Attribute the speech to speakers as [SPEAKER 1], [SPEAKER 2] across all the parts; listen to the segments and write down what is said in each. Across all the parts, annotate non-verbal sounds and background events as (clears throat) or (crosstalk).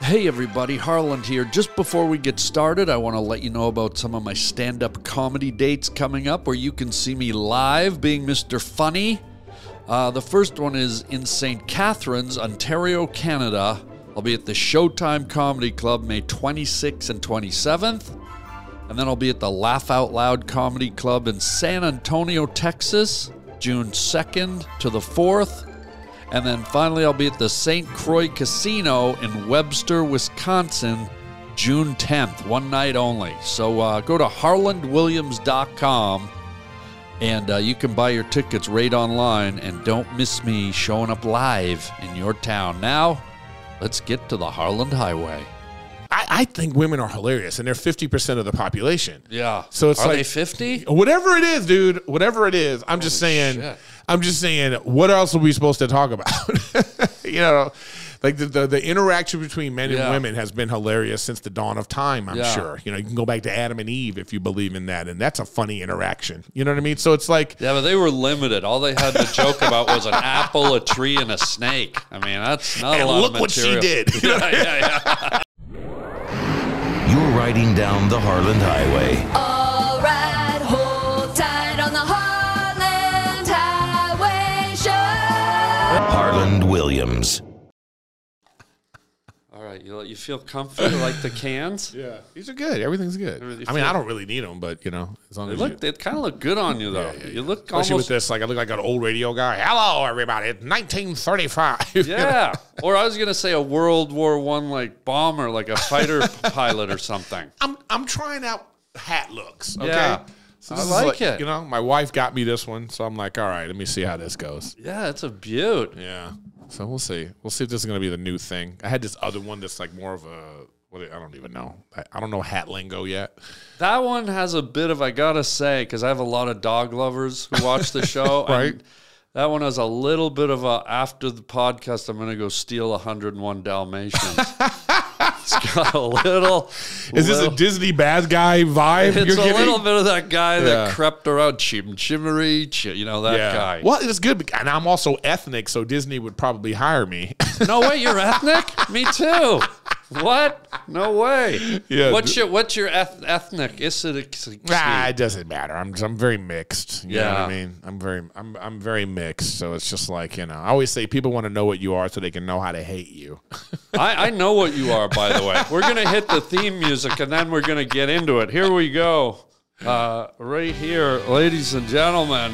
[SPEAKER 1] Hey everybody, Harland here. Just before we get started, I want to let you know about some of my stand up comedy dates coming up where you can see me live being Mr. Funny. Uh, the first one is in St. Catharines, Ontario, Canada. I'll be at the Showtime Comedy Club May 26th and 27th. And then I'll be at the Laugh Out Loud Comedy Club in San Antonio, Texas, June 2nd to the 4th. And then finally, I'll be at the St. Croix Casino in Webster, Wisconsin, June 10th, one night only. So uh, go to harlandwilliams.com and uh, you can buy your tickets right online. And don't miss me showing up live in your town. Now, let's get to the Harland Highway.
[SPEAKER 2] I, I think women are hilarious, and they're fifty percent of the population.
[SPEAKER 1] Yeah.
[SPEAKER 2] So it's
[SPEAKER 1] Are
[SPEAKER 2] like
[SPEAKER 1] they 50?
[SPEAKER 2] Whatever it is, dude. Whatever it is, I'm just saying.
[SPEAKER 1] shit.
[SPEAKER 2] I'm just saying. What else are we supposed to talk about? (laughs) you know, like the, the the interaction between men
[SPEAKER 1] Yeah.
[SPEAKER 2] and women has been hilarious since the dawn of time. I'm
[SPEAKER 1] Yeah.
[SPEAKER 2] sure. You know, you can go back to Adam and Eve if you believe in that, and that's a funny interaction. You know what I mean? So it's like
[SPEAKER 1] Yeah, but they were limited. All they had to joke about was an apple, a tree, and a snake. I mean, that's not a
[SPEAKER 2] And
[SPEAKER 1] lot
[SPEAKER 2] look
[SPEAKER 1] of
[SPEAKER 2] what she
[SPEAKER 1] material.
[SPEAKER 2] did.
[SPEAKER 1] (laughs) yeah, yeah, yeah.
[SPEAKER 3] You're riding down the Harland Highway.
[SPEAKER 4] All right, hold tight on the Heartland Highway Show.
[SPEAKER 3] Harland Williams.
[SPEAKER 1] All right, you, you feel comfy like the cans?
[SPEAKER 2] (laughs) yeah, these are good. Everything's good.
[SPEAKER 1] really
[SPEAKER 2] I mean,
[SPEAKER 1] feel-
[SPEAKER 2] I don't really need them, but you know, as long
[SPEAKER 1] It
[SPEAKER 2] as you,
[SPEAKER 1] looked, it kind of looked good on you though. You look
[SPEAKER 2] especially with
[SPEAKER 1] almost,
[SPEAKER 2] this, like I look like an old radio guy. Hello, everybody. It's 1935. (laughs) You know?
[SPEAKER 1] yeah. or I was gonna say a World War One like bomber, like a fighter
[SPEAKER 2] (laughs)
[SPEAKER 1] pilot or something.
[SPEAKER 2] I'm I'm trying out hat looks. Okay.
[SPEAKER 1] Yeah. I
[SPEAKER 2] this is
[SPEAKER 1] like it.
[SPEAKER 2] You know, my wife got me this one, so I'm like, all right, let me see how this goes.
[SPEAKER 1] Yeah, it's a beaut.
[SPEAKER 2] Yeah. So we'll see. We'll see if this is gonna be the new thing. I had this other one that's like more of a what I don't even know. I, I don't know hat lingo yet.
[SPEAKER 1] That one has a bit of I gotta say because I have a lot of dog lovers who watch the show.
[SPEAKER 2] (laughs) Right.
[SPEAKER 1] and That one has a little bit of a after the podcast. I'm gonna go steal 101
[SPEAKER 2] (laughs)
[SPEAKER 1] Dalmatians. it's got a little.
[SPEAKER 2] Is this a
[SPEAKER 1] little-
[SPEAKER 2] Disney bad guy vibe?
[SPEAKER 1] It's
[SPEAKER 2] you're
[SPEAKER 1] a
[SPEAKER 2] getting?
[SPEAKER 1] little bit of that guy that
[SPEAKER 2] Yeah.
[SPEAKER 1] crept around Chim Chimmery, chi- you know that
[SPEAKER 2] yeah.
[SPEAKER 1] guy.
[SPEAKER 2] Well, it's good, bec- and I'm also ethnic, so Disney would probably hire me. (laughs)
[SPEAKER 1] No way, you're ethnic. Me too. What? No way.
[SPEAKER 2] Yeah,
[SPEAKER 1] What's
[SPEAKER 2] d-
[SPEAKER 1] your What's your eth- ethnic? Is it? ex- ex-
[SPEAKER 2] Ah, it doesn't matter. I'm I'm very mixed. You know what I
[SPEAKER 1] Yeah.
[SPEAKER 2] mean? I'm very I'm I'm very mixed. So it's just like, you know, I always say people want to know what you are so they can know how to hate (laughs) you.
[SPEAKER 1] I, I know what you are. By the way, we're gonna hit the theme music and then we're gonna get into it. Here we go. Uh, right here, ladies and gentlemen.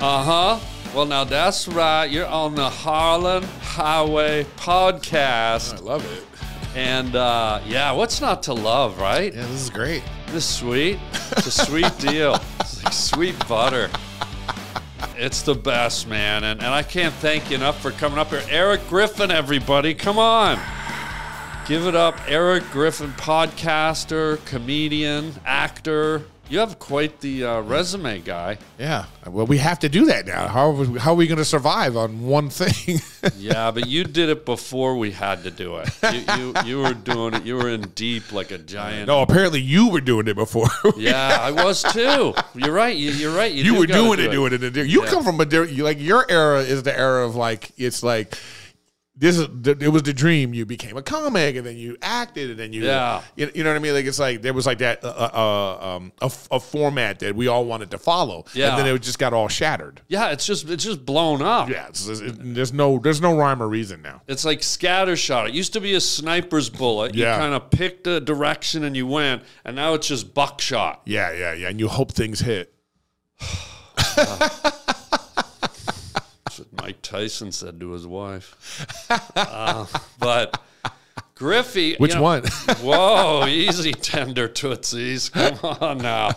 [SPEAKER 1] Uh huh. Well, now that's right. You're on the Harlan Highway podcast,
[SPEAKER 2] love it.
[SPEAKER 1] and uh, yeah, what's not to love, right?
[SPEAKER 2] Yeah, this is great.
[SPEAKER 1] This is sweet. It's a
[SPEAKER 2] (laughs)
[SPEAKER 1] sweet deal. It's like sweet butter. It's the best, man. And, and I can't thank you enough for coming up here. Eric Griffin, everybody. Come on. Give it up. Eric Griffin, podcaster, comedian, actor. You have quite the uh, resume, guy.
[SPEAKER 2] Yeah. Well, we have to do that now. How are we, how are we going to survive on one thing? (laughs)
[SPEAKER 1] Yeah, but you did it before we had to do it. You, you, you were doing it. You were in deep like a giant.
[SPEAKER 2] (laughs) no, apparently you were doing it (laughs) before.
[SPEAKER 1] Yeah, I was too. You're right. You, you're right.
[SPEAKER 2] you
[SPEAKER 1] do
[SPEAKER 2] were
[SPEAKER 1] gotta
[SPEAKER 2] doing
[SPEAKER 1] do
[SPEAKER 2] it, doing it. and doing- You
[SPEAKER 1] Yeah.
[SPEAKER 2] come from a different, like your era is the era of like it's like this is th- it was the dream. You became a comic, and then you acted, and then you,
[SPEAKER 1] Yeah.
[SPEAKER 2] you, you know what I mean. Like it's like there was like that uh, uh, um, a, f- a format that we all wanted to follow,
[SPEAKER 1] Yeah.
[SPEAKER 2] and then it just got all shattered.
[SPEAKER 1] Yeah, it's just it's just blown up.
[SPEAKER 2] Yeah, it's, it's- it- there's no there's no rhyme or reason now.
[SPEAKER 1] It's like scattershot. It used to be a sniper's bullet.
[SPEAKER 2] Yeah.
[SPEAKER 1] You kind of picked a direction and you went, and now it's just buckshot.
[SPEAKER 2] Yeah, yeah, yeah, and you hope things hit.
[SPEAKER 1] That's what Mike Tyson said to his wife. Uh, but Griffey, you
[SPEAKER 2] Which
[SPEAKER 1] know-
[SPEAKER 2] one? (laughs)
[SPEAKER 1] whoa, easy tender tootsies. Come on now,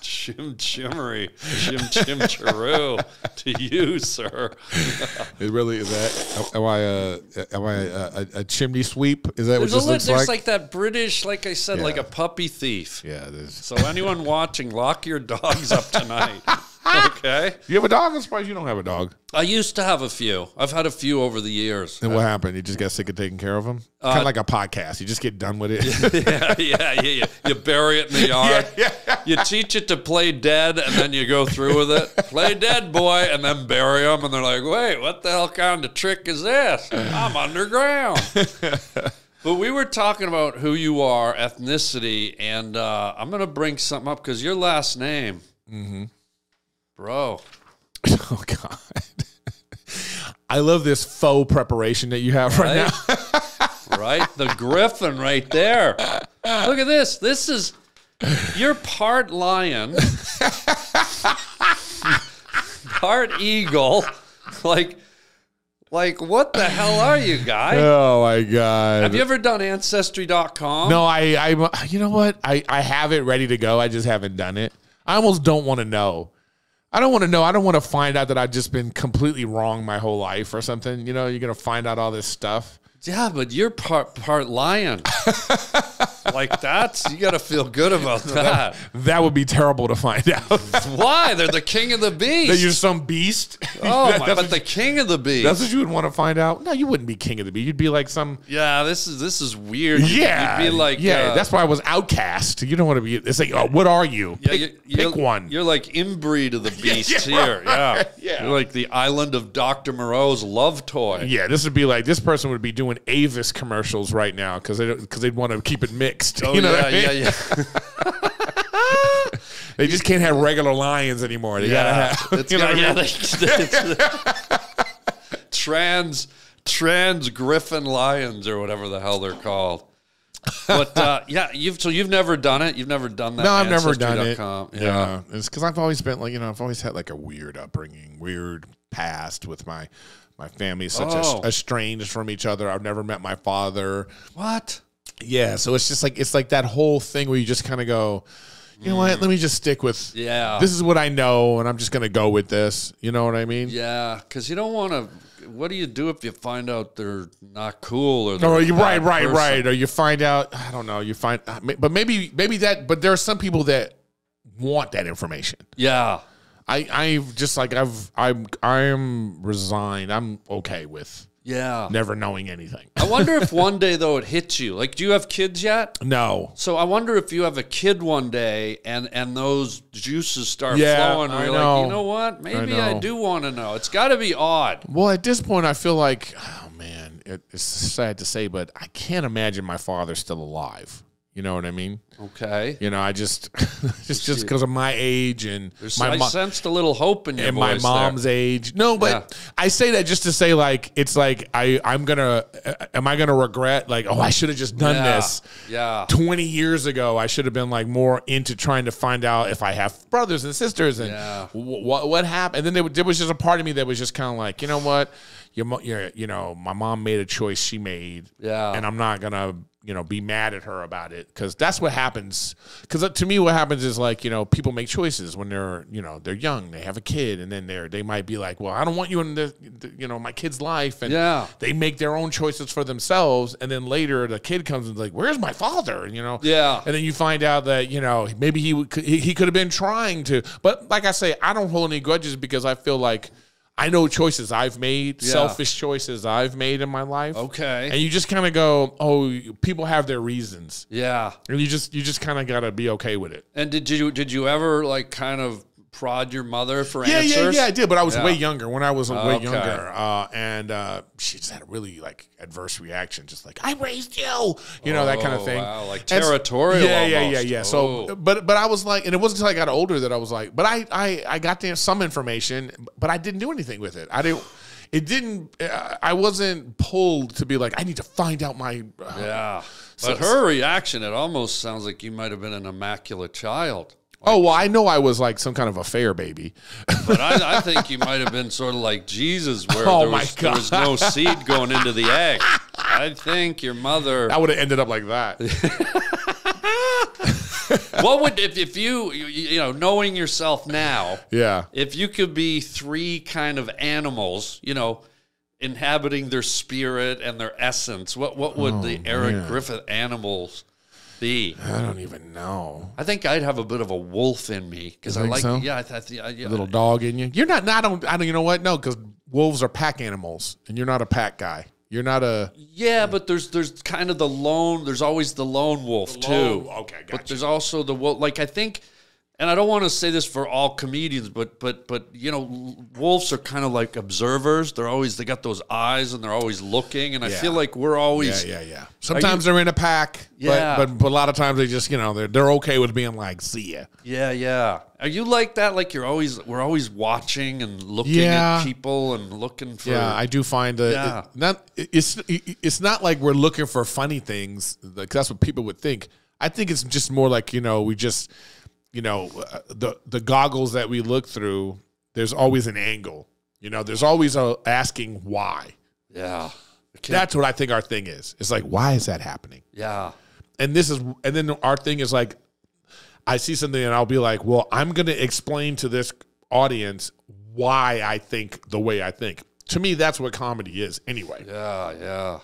[SPEAKER 1] Jim Chimmery, Jim Jim Chiru, to you, sir.
[SPEAKER 2] It really is that. Am I a am I uh, a, a, a chimney sweep? Is that
[SPEAKER 1] There's, a li- there's like, that British, like I said, like
[SPEAKER 2] Yeah.
[SPEAKER 1] a puppy thief.
[SPEAKER 2] yeah, there's.
[SPEAKER 1] So anyone (laughs) watching, lock your dogs up
[SPEAKER 2] (laughs)
[SPEAKER 1] tonight. Okay.
[SPEAKER 2] You have a dog? I'm surprised you don't have a dog.
[SPEAKER 1] I used to have a few. I've had a few over the
[SPEAKER 2] (laughs)
[SPEAKER 1] years. (laughs)
[SPEAKER 2] And what happened? You just got sick of taking care of them?
[SPEAKER 1] Uh,
[SPEAKER 2] kind of like a podcast. You just get done with it.
[SPEAKER 1] yeah, yeah, yeah, yeah. You bury it in the
[SPEAKER 2] (laughs)
[SPEAKER 1] yard. You teach it to play dead, and then you go through with it. Play dead, boy, and then bury them. And they're like, "Wait, what the hell kind of trick is this? I'm underground." But we were talking about who you are, ethnicity, and uh, I'm gonna bring something up because your last name, mm-hmm. bro.
[SPEAKER 2] Oh God. (laughs) I love this faux preparation that you have right,
[SPEAKER 1] Right?
[SPEAKER 2] now.
[SPEAKER 1] right? The griffin right there. Look at this. This is you're part lion, part eagle. Like, like what the hell are you, guy?
[SPEAKER 2] (laughs) Oh my God.
[SPEAKER 1] Have you ever done ancestry.com?
[SPEAKER 2] no, I, I, you know what? I, I have it ready to go. I just haven't done it. I almost don't want to know. I don't want to know. I don't want to find out that I've just been completely wrong my whole life or something. You know, you're gonna find out all this stuff.
[SPEAKER 1] Yeah, but you're part part lion. like that's you got to feel good
[SPEAKER 2] (laughs)
[SPEAKER 1] about that.
[SPEAKER 2] That would be terrible to find (laughs) out.
[SPEAKER 1] Why? They're the king of the beast.
[SPEAKER 2] that you're some beast.
[SPEAKER 1] oh
[SPEAKER 2] That-
[SPEAKER 1] my!
[SPEAKER 2] (laughs) that's
[SPEAKER 1] But
[SPEAKER 2] what
[SPEAKER 1] the king of the beast.
[SPEAKER 2] That's what you would want to find out. No, you wouldn't be king of the bee. You'd be like some.
[SPEAKER 1] yeah, this is this is weird. You'd-
[SPEAKER 2] Yeah,
[SPEAKER 1] you'd be like
[SPEAKER 2] yeah.
[SPEAKER 1] uh,
[SPEAKER 2] that's why I was outcast. You don't want to be. It's like, oh, what are you?
[SPEAKER 1] Yeah,
[SPEAKER 2] pick,
[SPEAKER 1] you- you're,
[SPEAKER 2] pick one.
[SPEAKER 1] You're like inbreed of the beast
[SPEAKER 2] (laughs) yeah,
[SPEAKER 1] here.
[SPEAKER 2] right.
[SPEAKER 1] Yeah.
[SPEAKER 2] Yeah.
[SPEAKER 1] You're like the island of Dr. Moreau's love toy.
[SPEAKER 2] yeah, this would be like this person would be doing Avis commercials right now because they because they'd want to keep it mixed. (laughs)
[SPEAKER 1] Oh,
[SPEAKER 2] you know,
[SPEAKER 1] yeah,
[SPEAKER 2] what I mean?
[SPEAKER 1] yeah, yeah,
[SPEAKER 2] they just can't have regular lions anymore. They
[SPEAKER 1] yeah.
[SPEAKER 2] gotta have.
[SPEAKER 1] It's
[SPEAKER 2] (laughs) you know
[SPEAKER 1] got-
[SPEAKER 2] what I
[SPEAKER 1] yeah,
[SPEAKER 2] mean? (laughs)
[SPEAKER 1] they- trans, trans griffin lions or whatever the hell they're called. But uh, (laughs) yeah, you've so you've never done it. You've never done that.
[SPEAKER 2] No, I've never done it.
[SPEAKER 1] Ancestry.com.
[SPEAKER 2] Yeah.
[SPEAKER 1] Yeah.
[SPEAKER 2] it's because I've always been like you know I've always had like a weird upbringing, weird past with my my family, such
[SPEAKER 1] Oh.
[SPEAKER 2] as estranged from each other. I've never met my father.
[SPEAKER 1] What?
[SPEAKER 2] Yeah, so it's just like it's like that whole thing where you just kind of go, you know what? Let me just stick with
[SPEAKER 1] Yeah.
[SPEAKER 2] This is what I know, and I'm just gonna go with this. You know what I mean?
[SPEAKER 1] Yeah, because you don't want to. What do you do if you find out they're not cool or?
[SPEAKER 2] Or
[SPEAKER 1] they're a
[SPEAKER 2] you Oh, right,
[SPEAKER 1] bad
[SPEAKER 2] right,
[SPEAKER 1] person?
[SPEAKER 2] right. Or you find out. I don't know. You find, uh, but maybe maybe that. But there are some people that want that information.
[SPEAKER 1] Yeah.
[SPEAKER 2] I I've just like I've I'm I'm resigned. I'm okay with
[SPEAKER 1] Yeah.
[SPEAKER 2] never knowing anything.
[SPEAKER 1] I wonder if one day though it hits you. Like, do you have kids yet?
[SPEAKER 2] no.
[SPEAKER 1] So I wonder if you have a kid one day and and those juices start
[SPEAKER 2] Yeah,
[SPEAKER 1] flowing. Where
[SPEAKER 2] I
[SPEAKER 1] you're
[SPEAKER 2] know.
[SPEAKER 1] like, you know what? Maybe I,
[SPEAKER 2] know.
[SPEAKER 1] do want to know. It's got to be odd.
[SPEAKER 2] Well, at this point, I feel like, oh man, it, it's sad to say, but I can't imagine my father still alive. You know what I mean?
[SPEAKER 1] Okay.
[SPEAKER 2] You know, I just (laughs) just just because of my age and
[SPEAKER 1] So
[SPEAKER 2] my
[SPEAKER 1] I
[SPEAKER 2] mo-
[SPEAKER 1] sensed a little hope in your
[SPEAKER 2] and my
[SPEAKER 1] voice there.
[SPEAKER 2] mom's age. No, but
[SPEAKER 1] Yeah.
[SPEAKER 2] I say that just to say like it's like I I'm gonna uh, am I gonna regret like oh I should have just done
[SPEAKER 1] Yeah.
[SPEAKER 2] this.
[SPEAKER 1] Yeah.
[SPEAKER 2] 20 years ago i should have been like more into trying to find out if i have brothers and sisters and
[SPEAKER 1] Yeah.
[SPEAKER 2] wh- what what happened and then there, wa- there was just a part of me that was just kind of like you know what your, mo- your you know my mom made a choice she made
[SPEAKER 1] Yeah.
[SPEAKER 2] and i'm not gonna you know be mad at her about it because that's what happens because to me what happens is like you know people make choices when they're you know they're young they have a kid and then they're they might be like well i don't want you in the the- you know my kid's life and
[SPEAKER 1] Yeah.
[SPEAKER 2] they make their own choices for themselves and then later the kid comes and's like where's my father you know
[SPEAKER 1] Yeah.
[SPEAKER 2] and then you find out that you know maybe he would, he, he could have been trying to but like i say i don't hold any grudges because i feel like i know choices i've made
[SPEAKER 1] Yeah.
[SPEAKER 2] selfish choices i've made in my life
[SPEAKER 1] Okay.
[SPEAKER 2] and you just kind of go oh people have their reasons
[SPEAKER 1] Yeah.
[SPEAKER 2] and you just you just kind of gotta be okay with it
[SPEAKER 1] And did you did you ever like kind of prod your mother for
[SPEAKER 2] yeah,
[SPEAKER 1] answers?
[SPEAKER 2] yeah, yeah. I did, but I was
[SPEAKER 1] Yeah.
[SPEAKER 2] way younger when I was way
[SPEAKER 1] okay.
[SPEAKER 2] younger, uh, and uh, she just had a really like adverse reaction, just like I raised you, you know that kind of
[SPEAKER 1] Oh,
[SPEAKER 2] thing.
[SPEAKER 1] wow, like
[SPEAKER 2] And s-
[SPEAKER 1] territorial
[SPEAKER 2] Yeah, yeah, yeah,
[SPEAKER 1] almost.
[SPEAKER 2] yeah.
[SPEAKER 1] Oh.
[SPEAKER 2] So, but but I was like, and it wasn't until I got older that I was like, but I I I got there some information, but I didn't do anything with it. I didn't. It didn't. Uh, I wasn't pulled to be like, I need to find out my. Uh,
[SPEAKER 1] Yeah.
[SPEAKER 2] So-
[SPEAKER 1] But her reaction, it almost sounds like you might have been an immaculate child.
[SPEAKER 2] Oh well, I know I was like some kind of a fair baby.
[SPEAKER 1] But I, I think you might have been sort of like Jesus, where
[SPEAKER 2] Oh,
[SPEAKER 1] there,
[SPEAKER 2] my
[SPEAKER 1] was, there was
[SPEAKER 2] God.
[SPEAKER 1] no seed going into the egg. I think your mother.
[SPEAKER 2] I would have ended up like that.
[SPEAKER 1] (laughs) What would if, if you you- you know knowing yourself now,
[SPEAKER 2] Yeah.
[SPEAKER 1] if you could be three kind of animals, you know, inhabiting their spirit and their essence, what what would the
[SPEAKER 2] Oh,
[SPEAKER 1] Eric Griffith animals be?
[SPEAKER 2] I don't even know.
[SPEAKER 1] I think I'd have a bit of a wolf in me because I
[SPEAKER 2] think
[SPEAKER 1] like
[SPEAKER 2] so?
[SPEAKER 1] yeah, I, th- I, yeah,
[SPEAKER 2] little dog in you. You're not. I don't. I don't. You know what? No, because wolves are pack animals, and you're not a pack guy. You're not a.
[SPEAKER 1] Yeah, but there's there's kind of the lone. There's always the lone wolf
[SPEAKER 2] lone-
[SPEAKER 1] too.
[SPEAKER 2] okay,
[SPEAKER 1] But
[SPEAKER 2] gotcha.
[SPEAKER 1] there's also the wolf. Like I think and I don't want to say this for all comedians, but but but you know, wolves are kind of like observers. They're always they got those eyes and they're always looking. And I
[SPEAKER 2] Yeah.
[SPEAKER 1] feel like we're
[SPEAKER 2] Yeah,
[SPEAKER 1] always
[SPEAKER 2] yeah, yeah. Sometimes they're in a pack,
[SPEAKER 1] Yeah.
[SPEAKER 2] but, but but a lot of times they just you know they're they're okay with being like, see ya.
[SPEAKER 1] yeah, yeah. Are you like that? Like you're always we're always watching and looking
[SPEAKER 2] Yeah.
[SPEAKER 1] at people and looking for
[SPEAKER 2] Yeah, I do find that
[SPEAKER 1] Yeah.
[SPEAKER 2] it- not it- it's it- it's not like we're looking for funny things. Like that's what people would think. I think it's just more like you know we just you know uh, the the goggles that we look through. There's always an angle. You know, there's always a asking why.
[SPEAKER 1] yeah. I can't-
[SPEAKER 2] That's what I think our thing is. It's like why is that happening?
[SPEAKER 1] yeah.
[SPEAKER 2] and this is and then our thing is like i see something and i'll be like well i'm going to explain to this audience why i think the way i think to me that's what comedy is anyway
[SPEAKER 1] Yeah, yeah.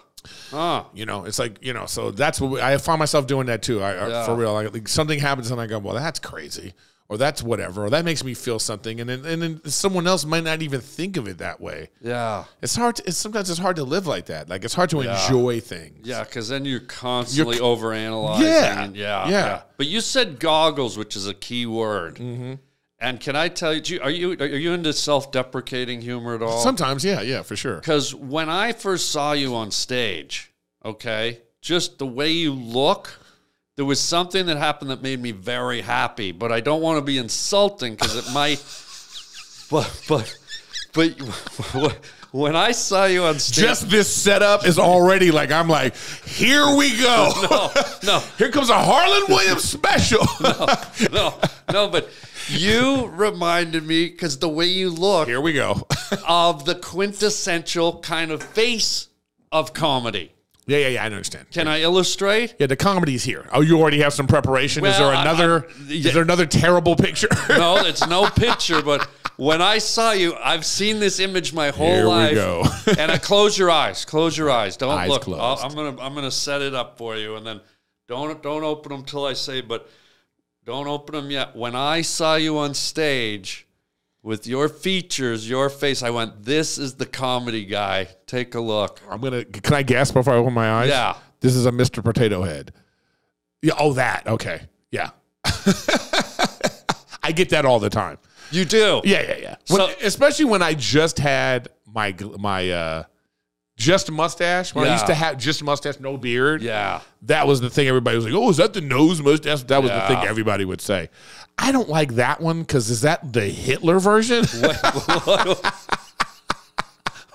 [SPEAKER 1] Huh.
[SPEAKER 2] you know it's like you know so that's what we, i find myself doing that too i I-
[SPEAKER 1] Yeah.
[SPEAKER 2] for real like, like something happens and i go well that's crazy or that's whatever or that makes me feel something and then and then someone else might not even think of it that way
[SPEAKER 1] Yeah.
[SPEAKER 2] it's hard to, it's sometimes it's hard to live like that like it's hard to enjoy things
[SPEAKER 1] Yeah, because then you're constantly overanalyzing.
[SPEAKER 2] Yeah,
[SPEAKER 1] and- yeah,
[SPEAKER 2] yeah.
[SPEAKER 1] But you said goggles, which is a key word. Mm-hmm. And can I tell you, do you- are you are you into self-deprecating humor at all?
[SPEAKER 2] sometimes yeah yeah for sure
[SPEAKER 1] Because when I first saw you on stage, okay, just the way you look, there was something that happened that made me very happy. But I don't want to be insulting because it (laughs) might. but but but (laughs) when I saw you on stage,
[SPEAKER 2] just this setup is already like I'm like, here we (laughs) go.
[SPEAKER 1] no, no.
[SPEAKER 2] Here comes a Harlan Williams (laughs) special.
[SPEAKER 1] (laughs) no, no, but you reminded me because the way you look
[SPEAKER 2] Here we go.
[SPEAKER 1] of the quintessential kind of face of comedy.
[SPEAKER 2] yeah, yeah, yeah. I understand.
[SPEAKER 1] Can I illustrate?
[SPEAKER 2] Yeah, the comedy's here. Oh, you already have some preparation. is
[SPEAKER 1] Well,
[SPEAKER 2] there
[SPEAKER 1] I-
[SPEAKER 2] another?
[SPEAKER 1] I-
[SPEAKER 2] Is there another terrible picture?
[SPEAKER 1] No, it's no picture, but when I saw you, I've seen this image my whole
[SPEAKER 2] Here we
[SPEAKER 1] life.
[SPEAKER 2] go.
[SPEAKER 1] (laughs) and I close your eyes. Close your eyes. Don't
[SPEAKER 2] Eyes
[SPEAKER 1] look.
[SPEAKER 2] closed.
[SPEAKER 1] I'll- I'm gonna I'm gonna set it up for you, and then don't don't open them till I say. But don't open them yet. When I saw you on stage with your features, your face, I went, "This is the comedy guy." Take a look.
[SPEAKER 2] (laughs) I'm gonna. Can I guess before I open my eyes?
[SPEAKER 1] Yeah.
[SPEAKER 2] This is a Mr. Potato Head. Yeah. Oh, that. Okay. Yeah. (laughs) I get that all the time.
[SPEAKER 1] You do.
[SPEAKER 2] Yeah, yeah, yeah. When-
[SPEAKER 1] So-
[SPEAKER 2] especially when I just had my gl- my uh just mustache. When I
[SPEAKER 1] Yeah.
[SPEAKER 2] used to have just mustache, no beard.
[SPEAKER 1] Yeah. (laughs)
[SPEAKER 2] That was the thing everybody was like, "Oh, is that the nose mustache?" That was the
[SPEAKER 1] Yeah.
[SPEAKER 2] thing everybody would say. I don't like that one cuz is that the Hitler version?
[SPEAKER 1] (laughs)
[SPEAKER 2] (laughs)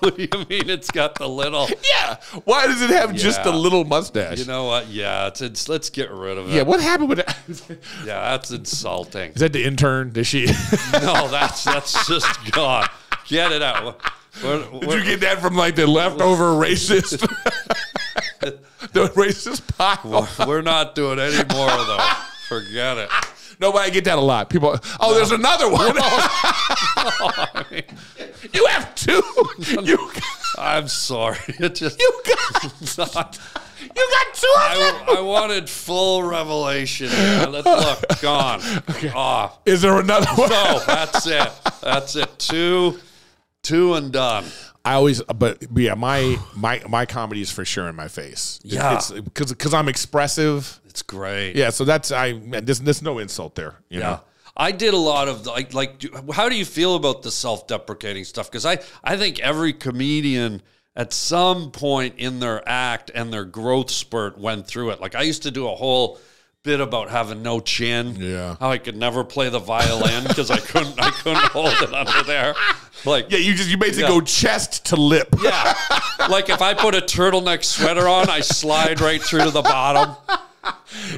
[SPEAKER 1] what do you mean? It's got the little.
[SPEAKER 2] yeah. Why does it have just
[SPEAKER 1] Yeah.
[SPEAKER 2] the little mustache?
[SPEAKER 1] You know uh, what? Yeah, it's, it's let's get rid of it.
[SPEAKER 2] yeah, what happened with that? (laughs) Is
[SPEAKER 1] Yeah, that's insulting.
[SPEAKER 2] that the intern? Did she (laughs) Did
[SPEAKER 1] No, that's that's just gone. Get it out. We're- we're-
[SPEAKER 2] you get that from like the leftover racist (laughs)
[SPEAKER 1] (laughs)
[SPEAKER 2] the racist pile?
[SPEAKER 1] we're not doing any more of those. Forget it.
[SPEAKER 2] Nobody get that a lot. People, oh, there's another one. (laughs) you have two. You,
[SPEAKER 1] I'm sorry. (laughs) It just
[SPEAKER 2] you
[SPEAKER 1] (laughs)
[SPEAKER 2] got
[SPEAKER 1] not.
[SPEAKER 2] you got two of
[SPEAKER 1] I,
[SPEAKER 2] them.
[SPEAKER 1] I wanted full revelation. here. Let's look. Gone. Off.
[SPEAKER 2] Is there another one?
[SPEAKER 1] No, that's it. That's it. Two, two and done.
[SPEAKER 2] I always, but yeah, my my my comedy is for sure in my face.
[SPEAKER 1] Yeah.
[SPEAKER 2] because because I'm expressive.
[SPEAKER 1] It's great.
[SPEAKER 2] Yeah, so that's I. Man, there's there's no insult there. You
[SPEAKER 1] Yeah.
[SPEAKER 2] know?
[SPEAKER 1] I did a lot of like like do- how do you feel about the self-deprecating stuff cuz I I think every comedian at some point in their act and their growth spurt went through it. Like I used to do a whole bit about having no chin.
[SPEAKER 2] Yeah.
[SPEAKER 1] How I could never play the violin cuz I couldn't I couldn't hold it under there. Like
[SPEAKER 2] Yeah, you just you basically
[SPEAKER 1] Yeah.
[SPEAKER 2] go chest to lip.
[SPEAKER 1] yeah. (laughs) Like if I put a turtleneck sweater on, I slide right through to the bottom.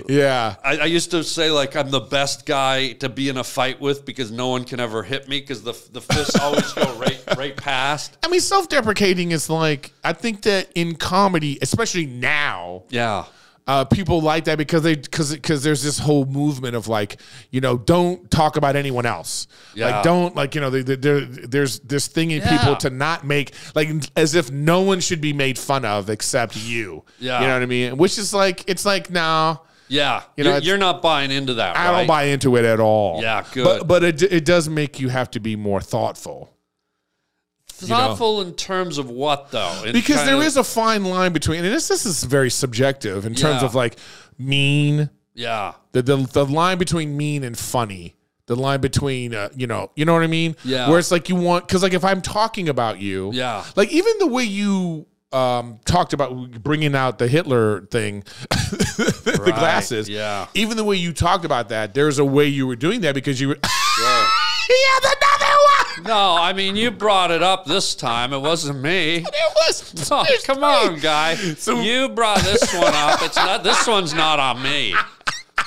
[SPEAKER 2] Yeah.
[SPEAKER 1] I, I used to say like I'm the best guy to be in a fight with because no one can ever hit me because the the fists always (laughs) go right right past.
[SPEAKER 2] I mean, self-deprecating is like I think that in comedy, especially now,
[SPEAKER 1] Yeah,
[SPEAKER 2] uh, people like that because they because because there's this whole movement of like you know don't talk about anyone else
[SPEAKER 1] Yeah.
[SPEAKER 2] like don't like you know they, they, there- there's this thing in
[SPEAKER 1] Yeah.
[SPEAKER 2] people to not make like as if no one should be made fun of except you
[SPEAKER 1] Yeah.
[SPEAKER 2] you know what I mean which is like it's like no
[SPEAKER 1] yeah.
[SPEAKER 2] You
[SPEAKER 1] You
[SPEAKER 2] know,
[SPEAKER 1] are
[SPEAKER 2] it's-
[SPEAKER 1] you're not buying into that.
[SPEAKER 2] I don't
[SPEAKER 1] right?
[SPEAKER 2] buy into it at all
[SPEAKER 1] Yeah, good.
[SPEAKER 2] but but it it does make you have to be more thoughtful
[SPEAKER 1] thoughtful in terms of what though, In
[SPEAKER 2] because
[SPEAKER 1] kind
[SPEAKER 2] there
[SPEAKER 1] of-
[SPEAKER 2] is a fine line between and this this is very subjective in terms
[SPEAKER 1] Yeah.
[SPEAKER 2] of like mean
[SPEAKER 1] yeah,
[SPEAKER 2] the, the the line between mean and funny the line between uh, you know you know what I mean.
[SPEAKER 1] Yeah.
[SPEAKER 2] Where it's like you want because like if I'm talking about you,
[SPEAKER 1] Yeah.
[SPEAKER 2] Like even the way you um talked about bringing out the Hitler thing, (laughs) the
[SPEAKER 1] Right,
[SPEAKER 2] glasses.
[SPEAKER 1] yeah.
[SPEAKER 2] Even the way you talked about that, there's a way you were doing that because you were. (laughs) he has another one.
[SPEAKER 1] No, I mean you brought it up this time. It wasn't me.
[SPEAKER 2] (laughs) It was.
[SPEAKER 1] (laughs) Oh,
[SPEAKER 2] there's
[SPEAKER 1] come
[SPEAKER 2] three.
[SPEAKER 1] on, guy.
[SPEAKER 2] So-
[SPEAKER 1] you brought this one up. It's not. This one's not on me,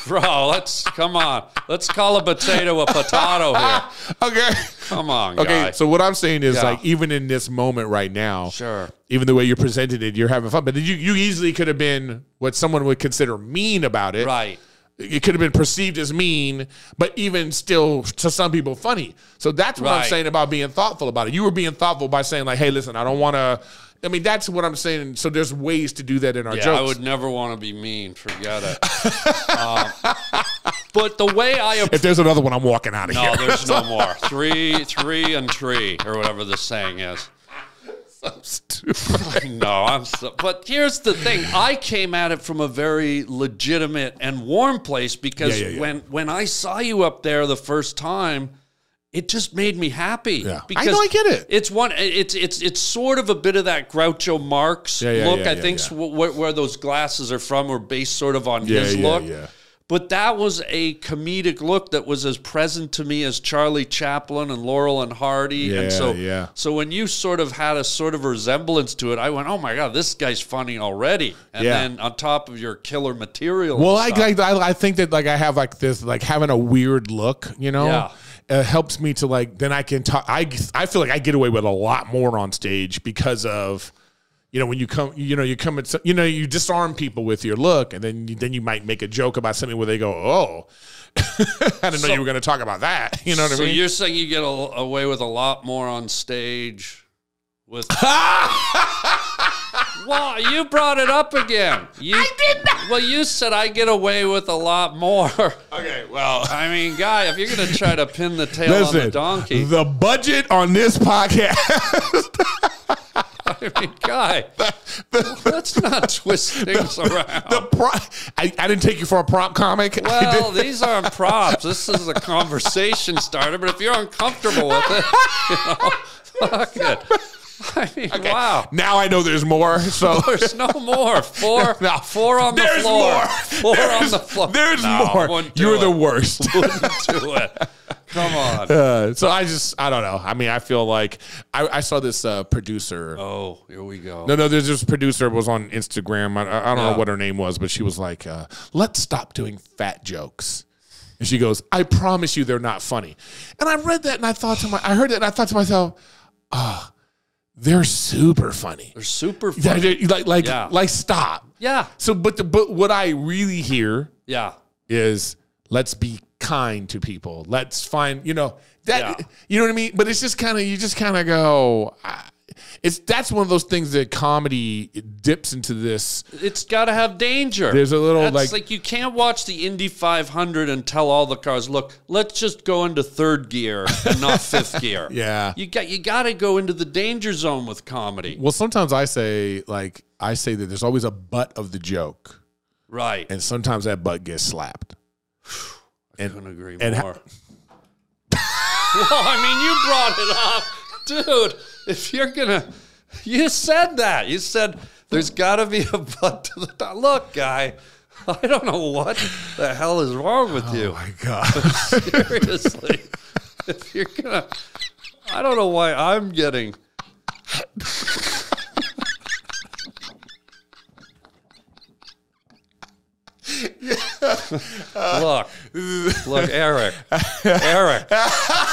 [SPEAKER 1] bro. Let's come on. Let's call a potato a potato here.
[SPEAKER 2] Okay.
[SPEAKER 1] Come on,
[SPEAKER 2] Okay,
[SPEAKER 1] guy.
[SPEAKER 2] so what I'm saying is
[SPEAKER 1] Yeah.
[SPEAKER 2] like even in this moment right now,
[SPEAKER 1] Sure.
[SPEAKER 2] even the way you presented it, you're having fun, but you you easily could have been what someone would consider mean about it.
[SPEAKER 1] right.
[SPEAKER 2] It could have been perceived as mean, but even still to some people funny. So that's what I'm
[SPEAKER 1] Right.
[SPEAKER 2] saying about being thoughtful about it. You were being thoughtful by saying like, "Hey, listen, I don't want to." I mean, that's what I'm saying. So there's ways to do that in our
[SPEAKER 1] Yeah,
[SPEAKER 2] jokes.
[SPEAKER 1] I would never want to be mean. Forget it. Um, (laughs) but the way I approach
[SPEAKER 2] if there's another one, I'm walking out of
[SPEAKER 1] No,
[SPEAKER 2] here. (laughs)
[SPEAKER 1] there's no more. Three, three, and three, or whatever the saying is. (laughs) No, I'm so. But here's the thing: I came at it from a very legitimate and warm place because
[SPEAKER 2] Yeah, yeah, yeah.
[SPEAKER 1] when when I saw you up there the first time, it just made me happy.
[SPEAKER 2] Yeah. I
[SPEAKER 1] because
[SPEAKER 2] know, I get it.
[SPEAKER 1] It's one. It's it's it's sort of a bit of that Groucho Marx
[SPEAKER 2] Yeah, yeah,
[SPEAKER 1] look.
[SPEAKER 2] yeah,
[SPEAKER 1] I
[SPEAKER 2] yeah,
[SPEAKER 1] think
[SPEAKER 2] yeah.
[SPEAKER 1] s- wh- where those glasses are from are based sort of on
[SPEAKER 2] Yeah,
[SPEAKER 1] his
[SPEAKER 2] yeah,
[SPEAKER 1] look.
[SPEAKER 2] yeah.
[SPEAKER 1] But that was a comedic look that was as present to me as Charlie Chaplin and Laurel and Hardy.
[SPEAKER 2] Yeah,
[SPEAKER 1] and so,
[SPEAKER 2] yeah.
[SPEAKER 1] so when you sort of had a sort of resemblance to it, I went, "Oh my god, this guy's funny already!" And
[SPEAKER 2] Yeah.
[SPEAKER 1] then on top of your killer material,
[SPEAKER 2] Well, I,
[SPEAKER 1] and
[SPEAKER 2] I
[SPEAKER 1] stuff.
[SPEAKER 2] I- I think that like I have like this like having a weird look, you know,
[SPEAKER 1] Yeah.
[SPEAKER 2] it helps me to like then I can talk. I I feel like I get away with a lot more on stage because of. You know when you come, you know you come at some- you know you disarm people with your look, and then you, then you might make a joke about something where they go, "Oh, (laughs) I didn't know you were going to talk about that." You know what
[SPEAKER 1] so
[SPEAKER 2] I mean?
[SPEAKER 1] you're saying you get a, away with a lot more on stage
[SPEAKER 2] (laughs)
[SPEAKER 1] with. Well, you brought it up again. You, I did not. Well, you said I get away with a lot more.
[SPEAKER 2] okay, well,
[SPEAKER 1] I mean, guy, if you're going to try to pin the tail on
[SPEAKER 2] listen,
[SPEAKER 1] the donkey,
[SPEAKER 2] the budget on this podcast,
[SPEAKER 1] (laughs)
[SPEAKER 2] (laughs)
[SPEAKER 1] I mean, guy, let's not twist
[SPEAKER 2] (laughs)
[SPEAKER 1] things around.
[SPEAKER 2] the pro- I, I didn't take you for a prop comic. I
[SPEAKER 1] well,
[SPEAKER 2] didn't-
[SPEAKER 1] these aren't props. This is a conversation starter. But if you're uncomfortable with it, you know, (laughs) fuck it. I mean, wow.
[SPEAKER 2] Now I know there's more. So
[SPEAKER 1] (laughs) There's no more. Four,
[SPEAKER 2] (laughs) No.
[SPEAKER 1] four on the (laughs)
[SPEAKER 2] There's
[SPEAKER 1] floor.
[SPEAKER 2] more.
[SPEAKER 1] Four on the floor.
[SPEAKER 2] There's
[SPEAKER 1] No,
[SPEAKER 2] more.
[SPEAKER 1] wouldn't do
[SPEAKER 2] You're
[SPEAKER 1] it. (laughs)
[SPEAKER 2] the worst. (laughs)
[SPEAKER 1] Wouldn't do it. Come on.
[SPEAKER 2] Uh, so I just I don't know. I mean, I feel like I, I saw this uh, producer.
[SPEAKER 1] Oh, here we go.
[SPEAKER 2] No, no, there's this producer was on Instagram. I, I I don't
[SPEAKER 1] Yeah.
[SPEAKER 2] know what her name was, but she was like, uh, "Let's stop doing fat jokes." And she goes, "I promise you, they're not funny." And I read that, and I thought to my, I heard that, and I thought to myself, "Ah, they're super funny."
[SPEAKER 1] They're super
[SPEAKER 2] Yeah,
[SPEAKER 1] funny.
[SPEAKER 2] they- like, like,
[SPEAKER 1] Yeah.
[SPEAKER 2] like, stop.
[SPEAKER 1] Yeah.
[SPEAKER 2] So, but the, but what I really hear
[SPEAKER 1] Yeah.
[SPEAKER 2] is let's be kind to people. Let's find, you know, that
[SPEAKER 1] Yeah.
[SPEAKER 2] you know what I mean? But it's just kind of you just kind of go I- it's that's one of those things that comedy dips into this.
[SPEAKER 1] It's got to have danger.
[SPEAKER 2] There's a little,
[SPEAKER 1] That's
[SPEAKER 2] like-
[SPEAKER 1] you can't watch the Indy 500 and tell all the cars, look, let's just go into third gear and not
[SPEAKER 2] (laughs)
[SPEAKER 1] fifth gear.
[SPEAKER 2] Yeah.
[SPEAKER 1] you got you got to go into the danger zone with comedy,
[SPEAKER 2] Well, sometimes I say like I say that there's always a butt of the joke,
[SPEAKER 1] right?
[SPEAKER 2] and sometimes that butt gets slapped.
[SPEAKER 1] I couldn't agree
[SPEAKER 2] and ha-
[SPEAKER 1] more. (laughs) well, I mean, you brought it up, dude. If you're gonna, you said that. You said there's got to be a butt to the top. Look, guy, I don't know what the hell is wrong with you.
[SPEAKER 2] My God.
[SPEAKER 1] (laughs)
[SPEAKER 2] (laughs)
[SPEAKER 1] Seriously, if you're gonna, I don't know why I'm getting. look, look, Eric, Eric,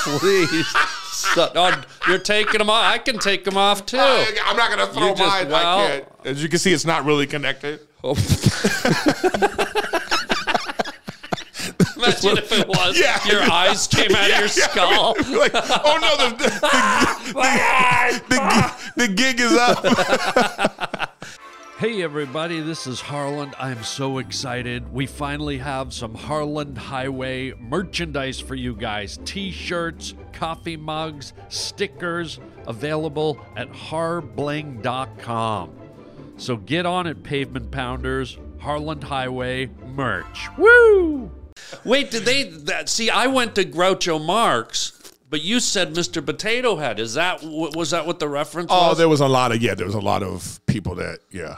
[SPEAKER 1] please. Stop. Oh, you're taking them off. I can take them off too.
[SPEAKER 2] I'm not gonna throw
[SPEAKER 1] You just-
[SPEAKER 2] mine.
[SPEAKER 1] well-
[SPEAKER 2] I can't. As you can see, it's not really connected.
[SPEAKER 1] Imagine if it (laughs) was.
[SPEAKER 2] Yeah.
[SPEAKER 1] Your eyes came out (laughs) of your
[SPEAKER 2] Yeah,
[SPEAKER 1] skull.
[SPEAKER 2] like, oh no, (laughs) the, the, the, the, the gig is up.
[SPEAKER 1] Hey everybody, this is Harland. I'm so excited. We finally have some Harland Highway merchandise for you guys. T-shirts, coffee mugs, stickers available at harbling.com. So get on it, pavement pounders. Harland Highway merch. Woo! Wait, did they that, see? I went to Groucho Marx, but you said Mr. Potato Head. Is that wh- was that what the reference
[SPEAKER 2] Oh,
[SPEAKER 1] was?
[SPEAKER 2] there was a lot of yeah. There was a lot of people that yeah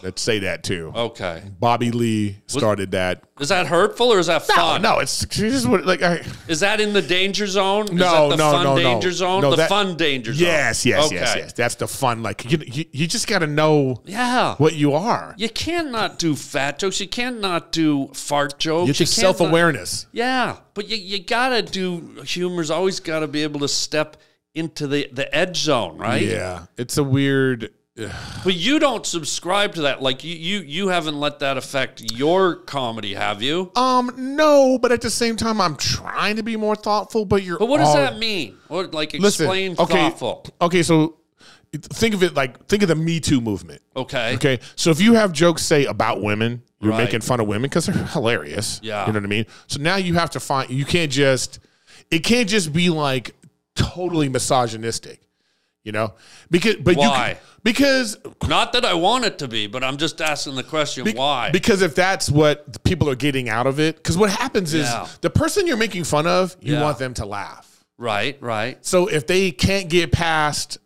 [SPEAKER 2] that say that too.
[SPEAKER 1] okay.
[SPEAKER 2] Bobby Lee started that.
[SPEAKER 1] Is that hurtful or is that
[SPEAKER 2] No,
[SPEAKER 1] fun?
[SPEAKER 2] no, it's this is what like I,
[SPEAKER 1] Is that in the danger zone? is that
[SPEAKER 2] No,
[SPEAKER 1] the
[SPEAKER 2] no,
[SPEAKER 1] fun
[SPEAKER 2] no, no.
[SPEAKER 1] danger zone?
[SPEAKER 2] No,
[SPEAKER 1] the
[SPEAKER 2] that-
[SPEAKER 1] fun danger zone.
[SPEAKER 2] yes, yes, yes,
[SPEAKER 1] Okay.
[SPEAKER 2] yes. That's the fun. Like you, you, you just got to know
[SPEAKER 1] Yeah.
[SPEAKER 2] what you are.
[SPEAKER 1] You cannot do fat jokes. You cannot do fart jokes.
[SPEAKER 2] You just
[SPEAKER 1] you cannot-
[SPEAKER 2] self awareness.
[SPEAKER 1] Yeah, but you, you gotta do humor's always gotta be able to step into the, the edge zone, right?
[SPEAKER 2] Yeah, it's a weird.
[SPEAKER 1] But you don't subscribe to that. Like you, you you haven't let that affect your comedy, have you?
[SPEAKER 2] Um, no, but at the same time, I'm trying to be more thoughtful. But you're.
[SPEAKER 1] But what does
[SPEAKER 2] all-
[SPEAKER 1] that mean? Or like
[SPEAKER 2] Oh. Listen,
[SPEAKER 1] explain
[SPEAKER 2] okay,
[SPEAKER 1] thoughtful.
[SPEAKER 2] Okay, so think of it like think of the Me Too movement.
[SPEAKER 1] Okay.
[SPEAKER 2] Okay. So if you have jokes, say, about women, you're
[SPEAKER 1] Right.
[SPEAKER 2] making fun of women because they're (laughs) hilarious.
[SPEAKER 1] Yeah.
[SPEAKER 2] You know what I mean? So now you have to find, you can't just, it can't just be like totally misogynistic, you know? Because, but you,
[SPEAKER 1] Why?
[SPEAKER 2] c- because,
[SPEAKER 1] Not that I want it to be, but I'm just asking the question
[SPEAKER 2] be-
[SPEAKER 1] why.
[SPEAKER 2] Because if that's what the people are getting out of it, because what happens is
[SPEAKER 1] Yeah.
[SPEAKER 2] the person you're making fun of, you
[SPEAKER 1] Yeah.
[SPEAKER 2] want them to laugh.
[SPEAKER 1] right, right.
[SPEAKER 2] So if they can't get past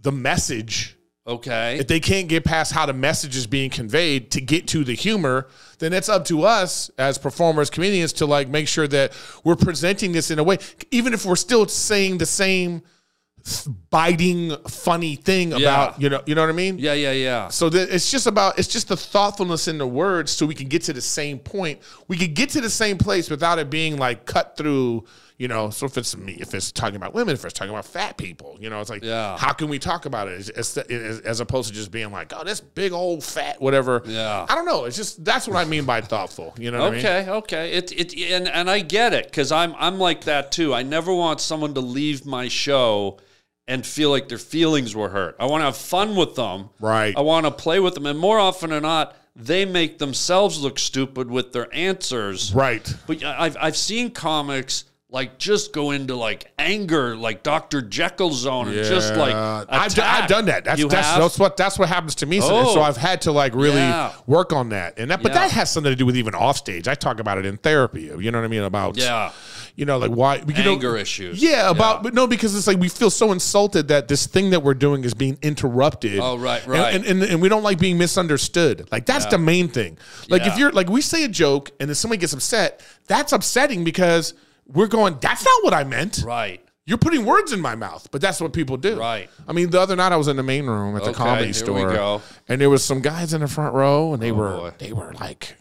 [SPEAKER 2] the message,
[SPEAKER 1] Okay.
[SPEAKER 2] if they can't get past how the message is being conveyed to get to the humor, then it's up to us as performers, comedians, to like make sure that we're presenting this in a way, even if we're still saying the same biting, funny thing about you know, you know what I mean?
[SPEAKER 1] yeah, yeah, yeah.
[SPEAKER 2] So that it's just about it's just the thoughtfulness in the words, so we can get to the same point. We can get to the same place without it being like cut through. You know, so if it's me, if it's talking about women, if it's talking about fat people, you know, it's like,
[SPEAKER 1] Yeah.
[SPEAKER 2] how can we talk about it as, as, as opposed to just being like, oh, this big old fat whatever.
[SPEAKER 1] Yeah.
[SPEAKER 2] I don't know. It's just that's what I mean by thoughtful. You know, what I mean?
[SPEAKER 1] Okay, okay. It it and and I get it because I'm I'm like that too. I never want someone to leave my show and feel like their feelings were hurt. I want to have fun with them.
[SPEAKER 2] Right.
[SPEAKER 1] I want to play with them, and more often than not, they make themselves look stupid with their answers.
[SPEAKER 2] right?
[SPEAKER 1] But I- I've I've seen comics. Like just go into like anger, like Doctor Jekyll zone, and just like
[SPEAKER 2] Uh, I've, d-
[SPEAKER 1] attack.
[SPEAKER 2] I've done that. That's
[SPEAKER 1] You
[SPEAKER 2] that's,
[SPEAKER 1] have?
[SPEAKER 2] that's what that's what happens to me. So-
[SPEAKER 1] Oh.
[SPEAKER 2] So I've had to like really
[SPEAKER 1] Yeah.
[SPEAKER 2] work on that, and that. But
[SPEAKER 1] Yeah.
[SPEAKER 2] that has something to do with even off stage. I talk about it in therapy. You know what I mean about
[SPEAKER 1] Yeah.
[SPEAKER 2] you know like why you know-
[SPEAKER 1] Anger issues.
[SPEAKER 2] Yeah, about but no because it's like we feel so insulted that this thing that we're doing is being interrupted.
[SPEAKER 1] Oh, right,
[SPEAKER 2] And-
[SPEAKER 1] right.
[SPEAKER 2] And and, and we don't like being misunderstood. Like that's the main thing. Like
[SPEAKER 1] Yeah.
[SPEAKER 2] if you're like we say a joke and then somebody gets upset, that's upsetting because we're going. That's not what I meant.
[SPEAKER 1] right.
[SPEAKER 2] You're putting words in my mouth, but that's what people do.
[SPEAKER 1] Right.
[SPEAKER 2] I mean, the other night I was in the main room at the
[SPEAKER 1] Okay,
[SPEAKER 2] comedy
[SPEAKER 1] here we
[SPEAKER 2] store,
[SPEAKER 1] go. Oh,
[SPEAKER 2] and there was some guys in the front row, and they were
[SPEAKER 1] boy.
[SPEAKER 2] they were like,